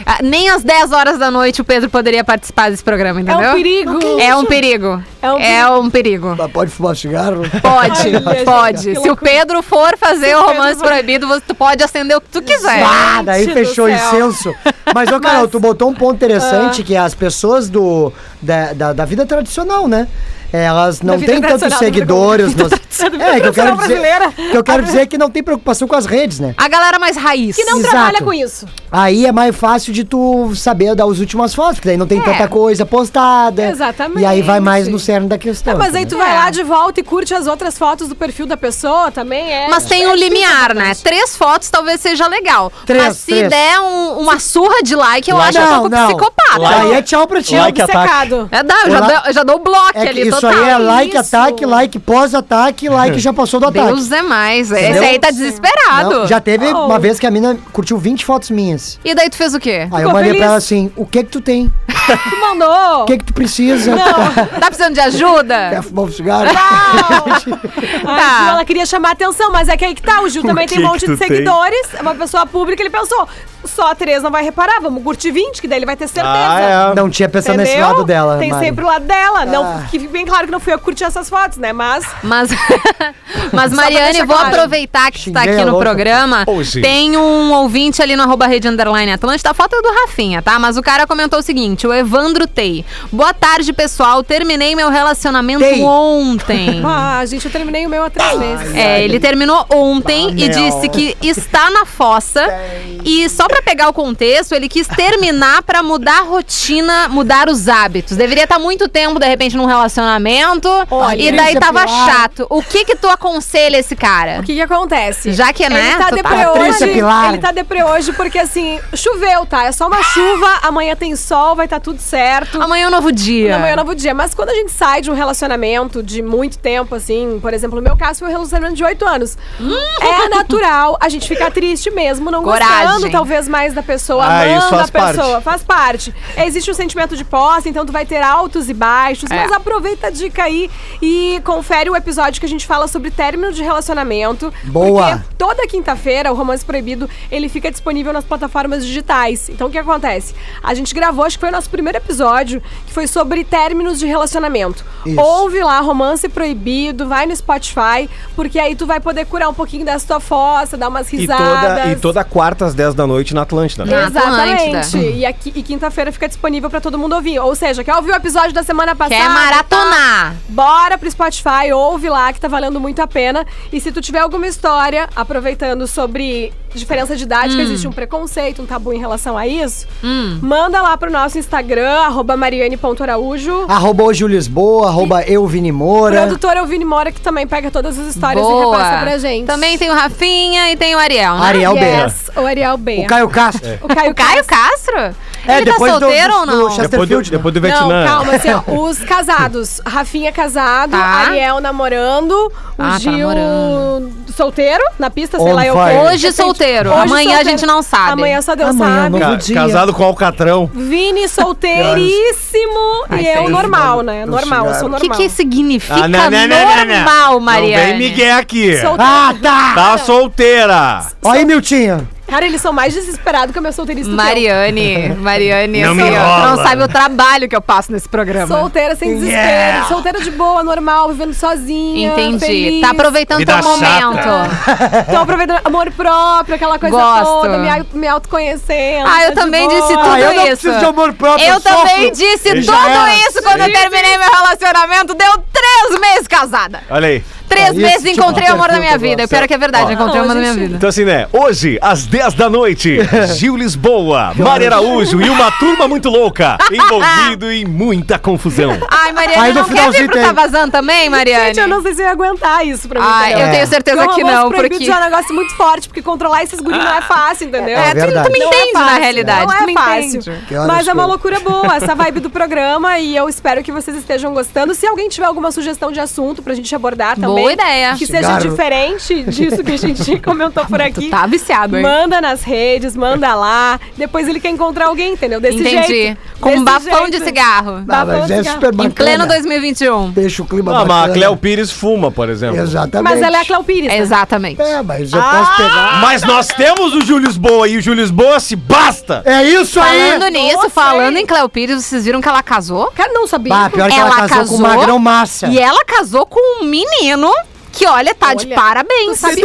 S1: ah, nem às 10 horas da noite o Pedro poderia participar desse programa,
S3: É
S1: entendeu?
S3: um perigo.
S1: É um perigo.
S3: É um
S1: É um perigo.
S4: Mas pode fumar cigarro?
S1: Pode,
S3: Olha, gente,
S1: pode.
S3: que
S1: Se o
S3: loucura.
S1: Pedro for fazer
S3: Se
S1: o
S3: o Pedro
S1: romance
S3: for-
S1: proibido, você- tu pode acender o que tu quiser.
S4: Ah, daí
S3: Gente do
S4: fechou o
S3: céu. Ah.
S4: incenso. Mas, ô, Carol, tu botou um ponto interessante que as pessoas do, da, da, da vida tradicional, né? Elas não
S3: vida
S4: têm tantos
S3: tradicional, da vida
S4: seguidores.
S3: comum.
S4: nos-
S3: Da vida
S4: É, que eu quero
S3: tradicional
S4: dizer.
S3: brasileira.
S4: Que eu quero dizer que não tem preocupação com as redes, né?
S1: A galera mais raiz.
S3: Que não
S4: Exato.
S3: trabalha com isso.
S4: Aí é mais fácil de tu saber dar as últimas fotos, porque daí não tem tanta coisa postada.
S3: É. Exatamente.
S4: E aí vai mais no cerne da questão.
S3: Tá, Mas aí tu
S4: entendeu?
S3: vai
S1: É.
S3: lá de volta e curte as outras fotos do perfil da pessoa também, é.
S1: Mas tem um limiar, né? Três fotos talvez seja legal.
S4: Três,
S1: Mas se
S4: três.
S1: der um- uma surra de like, eu acho que eu tô
S4: não,
S1: com
S4: não.
S1: psicopata.
S4: Aí é tchau pra ti.
S5: Like
S4: É
S3: Secado.
S1: É, dá, eu já,
S4: Olá.
S1: dou, eu já dou o bloco
S4: que
S1: ali,
S4: isso
S1: total.
S4: aí é like,
S3: isso.
S4: ataque, like, pós-ataque,
S5: Uhum.
S4: like já passou do ataque.
S1: Deus é mais. Esse
S4: Entendeu?
S1: aí tá desesperado.
S4: Não, já teve
S3: Oh.
S4: uma vez que a mina curtiu 20 fotos minhas.
S1: E daí tu fez o quê?
S4: Aí
S3: Ficou
S4: eu mandei
S3: feliz?
S4: pra ela assim: o que que tu tem?
S3: Tu mandou.
S4: O que que tu precisa?
S1: Tá precisando de ajuda?
S4: Quer fumar um cigarro?
S3: Ai, Gil, ela queria chamar atenção, mas é que aí que tá. O Gil também tem um
S5: que
S3: monte
S5: que
S3: de
S5: tu tem?
S3: seguidores, é uma pessoa pública, ele pensou, só três não vai reparar, vamos curtir 20, que daí ele vai ter certeza.
S5: Ah, é.
S4: Não tinha pensado
S3: Entendeu?
S4: nesse lado dela.
S3: Tem
S4: Mari.
S3: sempre um o lado dela. Não,
S4: Ah.
S3: que fique bem claro que não fui eu que curti essas fotos, né? Mas
S1: Mas, mas Mariane,
S3: deixar
S1: vou
S3: claro.
S1: aproveitar que tu tá
S4: Xinguei
S1: aqui
S4: a
S1: no
S4: louca.
S1: programa.
S5: Hoje.
S1: Tem um ouvinte ali no arroba rede underline Atlântida, a foto é do Rafinha, tá? Mas o cara comentou o seguinte, o Evandro Tei. Boa tarde, pessoal. Terminei meu relacionamento
S4: Tei.
S1: ontem.
S3: Ah, gente, eu terminei o meu há três meses.
S1: É, ele terminou ontem
S4: Ah,
S1: e
S4: meu.
S1: disse que está na fossa. E só pra pegar o contexto, ele quis terminar pra mudar a rotina, mudar os hábitos. Deveria estar muito tempo, de repente, num relacionamento.
S3: Olha,
S1: e daí
S4: isso é
S1: tava
S4: pior.
S1: chato. O que que tu aconselha esse cara?
S3: O que que acontece?
S1: Já que, né?
S3: Ele tá
S1: tu
S3: deprê
S4: Patrícia
S3: hoje.
S4: Pilar.
S3: Ele tá deprê hoje porque assim, choveu, tá? É só uma chuva, amanhã tem sol, vai tá tudo certo.
S1: Amanhã é um novo dia.
S3: Amanhã é um novo dia. Mas quando a gente sai de um relacionamento de muito tempo, assim, por exemplo, no meu caso
S1: Hum!
S3: foi um relacionamento de oito anos. É natural a gente ficar triste mesmo, não
S1: Coragem.
S3: gostando, talvez,
S11: vez mais da pessoa,
S5: Ah, isso
S11: amando
S5: faz
S11: a pessoa.
S5: parte.
S11: Faz parte. Existe um sentimento de posse, então tu vai ter altos e baixos,
S1: É.
S11: mas aproveita a dica aí e confere o episódio que a gente fala sobre término de relacionamento.
S4: Boa.
S11: Porque toda quinta-feira o Romance Proibido, ele fica disponível nas plataformas digitais. Então o que acontece? A gente gravou, acho que foi o nosso primeiro episódio, que foi sobre términos de relacionamento.
S4: Isso.
S11: Ouve lá Romance Proibido, vai no Spotify, porque aí tu vai poder curar um pouquinho da sua fossa, dar umas
S5: E
S11: risadas.
S5: toda, e toda quarta às 10 da noite na Atlântida. né?
S1: Na
S11: Exatamente.
S1: Atlântida.
S11: E, aqui, e quinta-feira fica disponível pra todo mundo ouvir. Ou seja, quer ouvir o episódio da semana passada?
S1: Quer
S11: Então,
S1: maratonar?
S11: tá. Bora pro Spotify, ouve lá que tá valendo muito a pena. E se tu tiver alguma história aproveitando sobre diferença de idade,
S1: Hum.
S11: que existe um preconceito, um tabu em relação a isso, manda lá pro nosso Instagram, arroba mariane.araújo.
S4: Arroba o Gil Lisboa, arroba eu Vini Moura.
S11: Produtora Vini Mora, que também pega todas as histórias
S1: Boa.
S11: e repassa pra gente.
S1: Também tem o Rafinha e tem o Ariel, né?
S4: Ariel B.
S11: yes, o Ariel B.
S4: O Caio Castro.
S5: É.
S11: O Caio,
S1: O Caio Castro?
S4: É,
S1: Ele tá
S4: depois do-
S1: solteiro
S4: do-
S1: ou não?
S4: do Chester-
S5: Depois do,
S4: Chesterfield, né?
S5: depois do Vietnã.
S11: Não, calma, assim, ó, os casados. Rafinha casado,
S1: Tá.
S11: Ariel namorando, o
S1: Ah, tá
S11: Gil
S1: namorando.
S11: solteiro, na pista, sei
S4: On
S11: lá, eu
S4: fire.
S1: Hoje solteiro. Amanhã a gente não sabe.
S11: Amanhã só Deus
S4: Amanhã
S11: sabe.
S4: não-
S5: Ca-
S4: dia.
S5: casado com Alcatrão.
S11: Vini solteiríssimo
S1: Ai,
S11: e eu
S1: sei.
S11: normal, né? Normal, eu sou
S1: O que,
S11: normal.
S1: que é significa
S5: Ah, não, não, não, não, não.
S1: normal, Mariana?
S5: Não vem Miguel aqui.
S11: Solteiro.
S4: Ah, tá!
S5: Tá solteira.
S4: Olha aí, Miltinho.
S11: Cara, eles são mais desesperados que eu meu solteirista. do que é um- eu.
S1: Mariane, Mariane,
S5: Não me
S1: assim, ó, tu não
S5: enrola.
S1: sabe o trabalho que eu passo nesse programa.
S11: Solteira um sem desespero. Solteira de boa, normal, vivendo sozinha.
S1: Entendi.
S11: feliz.
S1: Tá aproveitando
S5: Vida
S1: teu momento.
S5: chata.
S11: Tô aproveitando amor próprio, aquela coisa
S1: Gosto.
S11: toda, me, au- me autoconhecendo.
S1: Ah, eu
S11: tá de
S1: também
S11: boa.
S1: disse tudo
S4: Ah, eu não
S1: isso.
S4: preciso de amor próprio.
S1: Eu também
S4: sofro.
S1: disse
S5: E já é.
S1: tudo
S5: era.
S1: isso quando eu terminei meu relacionamento. Deu três meses casada.
S5: Olha aí.
S1: Três
S4: isso,
S1: meses
S4: tipo,
S1: encontrei o amor da
S4: perfil
S1: minha
S4: que eu
S1: vida.
S4: gosto.
S1: Pior que é verdade,
S5: Ó.
S1: encontrei o amor da minha
S11: Não, gente.
S1: vida.
S5: Então assim, né? Hoje, às 10 da noite, Gil Lisboa, Mari Araújo e uma turma muito louca, envolvido em muita confusão.
S1: Ai, Mariane,
S4: Aí no
S1: não quer vir
S4: finalzinho
S1: pro
S4: tem.
S1: Tá Vazando também, Mariane?
S11: Gente, eu não sei se eu ia aguentar isso pra mim.
S1: Ai,
S11: entendeu?
S1: eu tenho certeza
S11: Porque
S1: que
S11: o romance
S1: não,
S11: proibido
S1: porque...
S11: já é um negócio muito forte, porque controlar esses guris
S4: Ah.
S11: não é fácil, entendeu?
S1: É, tu- tu,
S4: verdade.
S1: me
S11: Não é
S1: entende na
S11: fácil,
S1: realidade.
S11: Não
S1: tu me
S11: é fácil.
S1: entende.
S4: Que horas
S11: Mas é uma
S4: que-
S11: loucura boa, essa vibe do programa. E eu espero que vocês estejam gostando. Se alguém tiver alguma sugestão de assunto pra gente abordar
S1: Boa
S11: também.
S1: ideia.
S11: Que
S4: Cigarro.
S11: seja diferente disso que a gente comentou por aqui.
S1: Tá viciado, hein?
S11: Manda nas redes, manda lá. Depois ele quer encontrar alguém, entendeu? Desse
S1: Entendi.
S11: jeito.
S1: Com
S11: Desse
S1: um bafão
S11: jeito.
S1: de cigarro.
S4: Ah,
S11: Babão
S4: mas
S11: de
S4: é
S11: cigarro.
S4: super bacana.
S1: Em pleno 2021.
S4: Deixa o clima
S5: Ah, mas a
S4: bacana.
S5: Cléo Pires fuma, por exemplo.
S4: Exatamente.
S11: Mas ela é a Cléo Pires. né?
S1: Exatamente.
S4: É, mas eu posso pegar...
S5: Mas nós temos o Gil Lisboa e o Gil Lisboa se basta!
S4: É isso aí!
S1: Falando nisso,
S11: Nossa,
S1: falando
S11: hein?
S1: em Cléo Pires, vocês viram que ela casou?
S11: Cara, não sabia.
S4: Bah, pior que ela, casou, com o Magrão Massa.
S1: E é ela casou com um menino que, olha, tá de
S11: Olha,
S1: parabéns.
S11: sabe-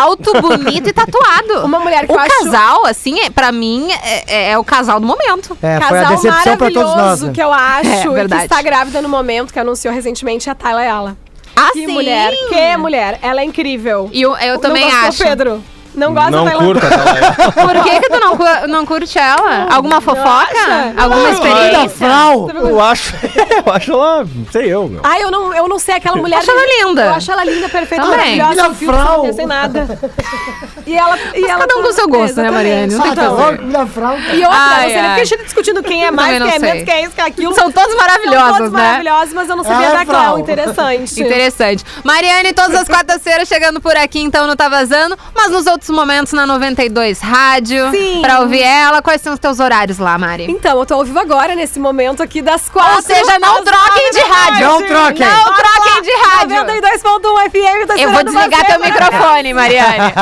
S1: Alto, bonito e tatuado.
S11: Uma mulher que
S1: O
S11: eu acho-
S1: casal, assim, é, pra mim, é, é- é o casal do momento.
S4: É, foi a
S11: Casal
S4: decepção pra todos nós.
S11: maravilhoso
S4: né?
S11: que eu acho
S1: É,
S11: e que
S1: verdade.
S11: está grávida no momento, que anunciou recentemente a Tayla Ela.
S1: Assim.
S11: Que mulher, que mulher. Ela é incrível.
S1: E eu, eu
S11: Não
S1: também
S11: gostou,
S1: acho.
S11: Pedro? Não gosta
S5: Não
S11: da Tayla?
S5: curta, Cléo.
S1: Por que, que tu não, cu- não curte ela? Alguma fofoca?
S11: acha?
S1: Alguma
S4: Da
S1: experiência?
S4: Frau!
S5: Eu acho. Eu acho ela. Sei eu, meu.
S11: Ah, eu não, eu não sei aquela mulher.
S1: Acho ela linda.
S11: Eu acho ela linda, perfeita,
S1: Também.
S11: maravilhosa.
S4: Olha
S11: um
S4: a
S11: filtro,
S4: Frau.
S11: Não sei nada. E ela, e ela
S1: cada um com seu gosto, né, Mariane? Não tem
S11: Exatamente.
S1: o que
S4: Tá
S1: fazer.
S4: louco, da Frau?
S11: E outra,
S1: Ai,
S11: não sei, nem
S1: ai.
S11: porque a gente tá discutindo quem é mais,
S1: também
S11: quem é
S1: não
S11: menos,
S1: sei.
S11: quem é isso, quem é aquilo.
S1: São todas maravilhosas,
S11: São todas
S1: né?
S11: maravilhosas, mas eu não sabia
S4: Ah,
S11: da
S4: Frau.
S11: Cléo. Interessante.
S1: Interessante. Mariane, todas as quartas-feiras chegando por aqui, então não tá vazando. Mas nos outros momentos na 92 Rádio,
S11: Sim.
S1: pra ouvir ela. Quais são os teus horários lá, Mari?
S11: Então, eu tô ao vivo agora, nesse momento aqui das quatro.
S1: Ou seja, não
S11: às
S1: troquem
S11: nove
S1: de
S11: da noite.
S1: rádio.
S4: Não troquem.
S1: Não troquem de rádio.
S11: 92.1 FM, tá
S1: Eu vou desligar teu microfone, Mariane.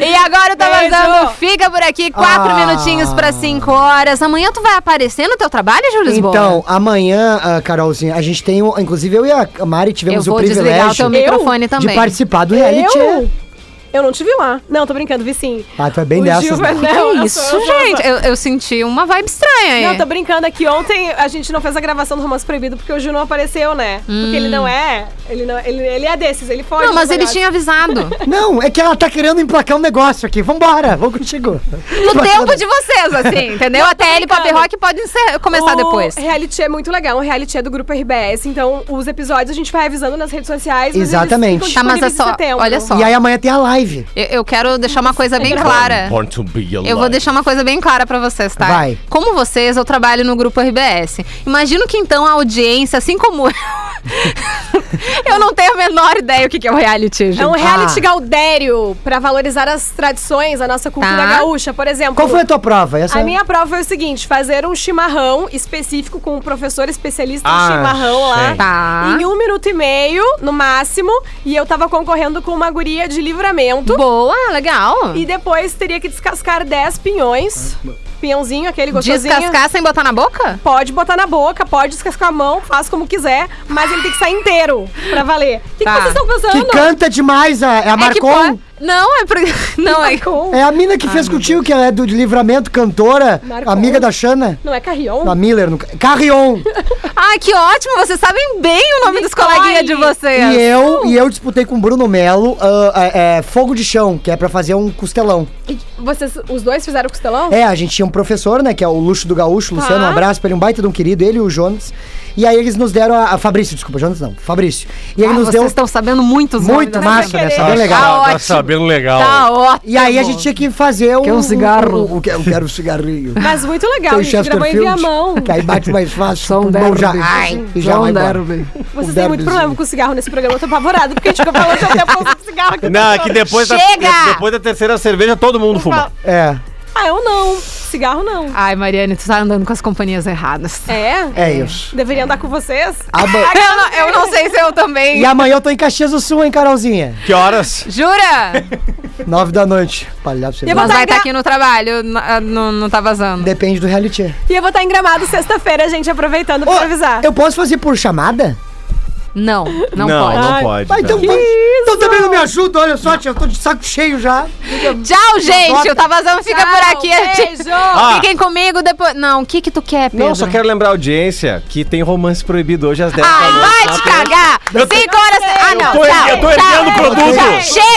S1: E agora o Tá
S11: Beijo.
S1: Vazando fica por aqui, quatro
S4: Ah.
S1: minutinhos pra cinco horas. Amanhã tu vai aparecer no teu trabalho, Júlio Lisboa?
S4: Então, amanhã, ah, Carolzinha, a gente tem. um- Inclusive, eu e a Mari
S1: eu
S4: tivemos o
S1: vou desligar o
S4: privilégio
S1: teu microfone
S4: de
S1: também.
S4: participar do reality.
S1: é?
S11: Eu? Eu não te vi lá. Não, tô brincando, vi sim.
S4: Ah, tu é bem
S11: O
S4: dessas,
S11: Gil
S4: né?
S11: vai-
S1: Que
S11: Não, eu
S1: é
S11: sou-
S1: isso,
S11: eu sou-
S1: gente? Eu, eu senti uma vibe estranha aí.
S11: Não, tô brincando aqui. Ontem a gente não fez a gravação do Romance Proibido porque o Gil não apareceu, né? Porque ele não é. Ele, não, ele, ele é desses, ele foge.
S1: Hum. Não,
S11: do
S1: mas ele
S11: negócio.
S1: tinha avisado.
S4: Não, é que ela tá querendo emplacar um negócio aqui. Vambora, vou contigo.
S1: No tempo de vocês, assim, entendeu? Até ele Pop
S11: brincando.
S1: Rock pode encer- começar
S11: o
S1: depois.
S11: reality é muito legal, um reality é do grupo RBS, então os episódios a gente vai avisando nas redes sociais. mas eles
S4: Exatamente.
S11: ficam
S1: Tá, mas é
S11: disponíveis em
S1: só.
S11: setembro.
S1: Olha só.
S4: E aí amanhã tem a live.
S1: Eu, eu quero deixar uma coisa bem clara.
S5: Born to be alive.
S1: Eu vou deixar uma coisa bem clara pra vocês, tá?
S4: Vai.
S1: Como vocês, eu trabalho no grupo RBS. Imagino que então a audiência, assim como eu, eu não tenho a menor ideia o que que é um reality, gente. Ah,
S11: É um reality gaudério pra valorizar as tradições, a nossa cultura
S1: Tá.
S11: gaúcha, por exemplo.
S4: Qual foi a tua prova? Essa...
S11: A minha prova foi o seguinte: fazer um chimarrão específico com um professor especialista
S5: Ah,
S11: em chimarrão lá.
S5: sei.
S1: Tá.
S11: Em um minuto e meio, no máximo. E eu tava concorrendo com uma guria de livramento.
S1: Boa, legal.
S11: E depois teria que descascar 10 pinhões. Pinhãozinho, aquele gostosinho.
S1: Descascar sem botar na boca?
S11: Pode botar na boca, pode descascar a mão, faz como quiser, mas ele tem que sair inteiro pra valer. O que,
S1: Tá.
S11: que vocês estão pensando?
S4: Que canta demais, a, é a
S1: É que
S4: Marcon.
S1: po- Não, é porque. Não, é.
S11: Marcon.
S4: É a mina que fez contigo, que ela é do de livramento, cantora,
S11: Marcon.
S4: amiga da Xana.
S11: Não é carrion?
S4: Da Miller, no... Carrion.
S1: Ai, que ótimo! Vocês sabem bem o nome dos
S11: Nicole.
S1: coleguinhas de vocês.
S4: E eu, e eu disputei com o Bruno Melo ah, é, é, fogo de chão, que é pra fazer um costelão.
S11: E Vocês, os dois fizeram costelão?
S4: É, a gente tinha um professor, né, que é o Luxo do Gaúcho, Luciano, um abraço pra ele, um baita de um querido, ele e o Jonas. E aí eles nos deram a, a Fabrício, desculpa, Jonas não, Fabrício. E ele
S1: Ah,
S4: nos
S1: vocês
S4: deu um
S1: estão sabendo muitos nomes
S4: muito
S1: dessa
S4: massa, né,
S11: querer.
S4: sabe? Bem legal.
S1: Tá
S5: Tá,
S1: ótimo.
S5: tá sabendo legal.
S1: Tá ótimo.
S4: E aí a gente tinha que fazer um
S2: Quer um cigarro?
S4: um- um- eu quero um cigarrinho.
S11: Mas muito legal,
S4: Tem
S11: a gente gravou em via mão.
S1: Tá
S4: que aí bate mais fácil,
S2: Só um
S4: o pulmão
S2: derby.
S4: já, ai, e já
S2: John
S4: vai embora.
S2: Derby.
S11: Vocês
S4: o
S11: têm muito
S4: derbyzinho.
S11: problema com cigarro nesse programa, eu tô apavorado, porque a gente ficou falando já até pouco de cigarro aqui.
S5: Não, é que depois da,
S1: Chega!
S5: depois da terceira cerveja todo mundo fuma.
S4: É,
S11: Ah, eu não. Cigarro não.
S1: Ai, Mariane, tu tá andando com as companhias erradas.
S11: É?
S4: é isso.
S11: Deveria andar com vocês?
S4: Ama-
S1: É, Eu não, eu não sei se eu também.
S4: E amanhã eu tô em Caxias do Sul, hein, Carolzinha?
S5: Que horas?
S1: Jura?
S4: Nove da noite. Palhaço, você
S11: Eu
S1: Mas
S11: vou
S1: vai estar
S11: dar-
S1: aqui no trabalho, na- não, não tá vazando.
S4: Depende do reality.
S11: E eu vou estar em Gramado sexta-feira, gente, aproveitando pra
S4: Ô,
S11: avisar.
S4: Eu posso fazer por chamada?
S1: Não, não,
S5: não
S11: Ai,
S5: pode.
S4: Ah, então,
S1: um
S5: cara.
S4: vai. então também não me ajuda, olha só, tia, eu tô de saco cheio já.
S1: pode. Tchau, gente. O Tá Vazando fica
S11: Tchau,
S1: por aqui. A gente-
S11: Beijo!
S5: Ah.
S1: Fiquem comigo depois. Não, o que que tu quer, Pedro?
S5: Não, só quero lembrar a audiência que tem romance proibido hoje às 10 da
S1: Ai,
S5: noite.
S1: vai te cagar!
S5: tá Eu tô-
S1: Cinco horas. Ah, não.
S5: Eu tô-
S1: tchau,
S5: eu tô erguendo o
S1: tchau,
S5: produto.
S1: tchau. Chega!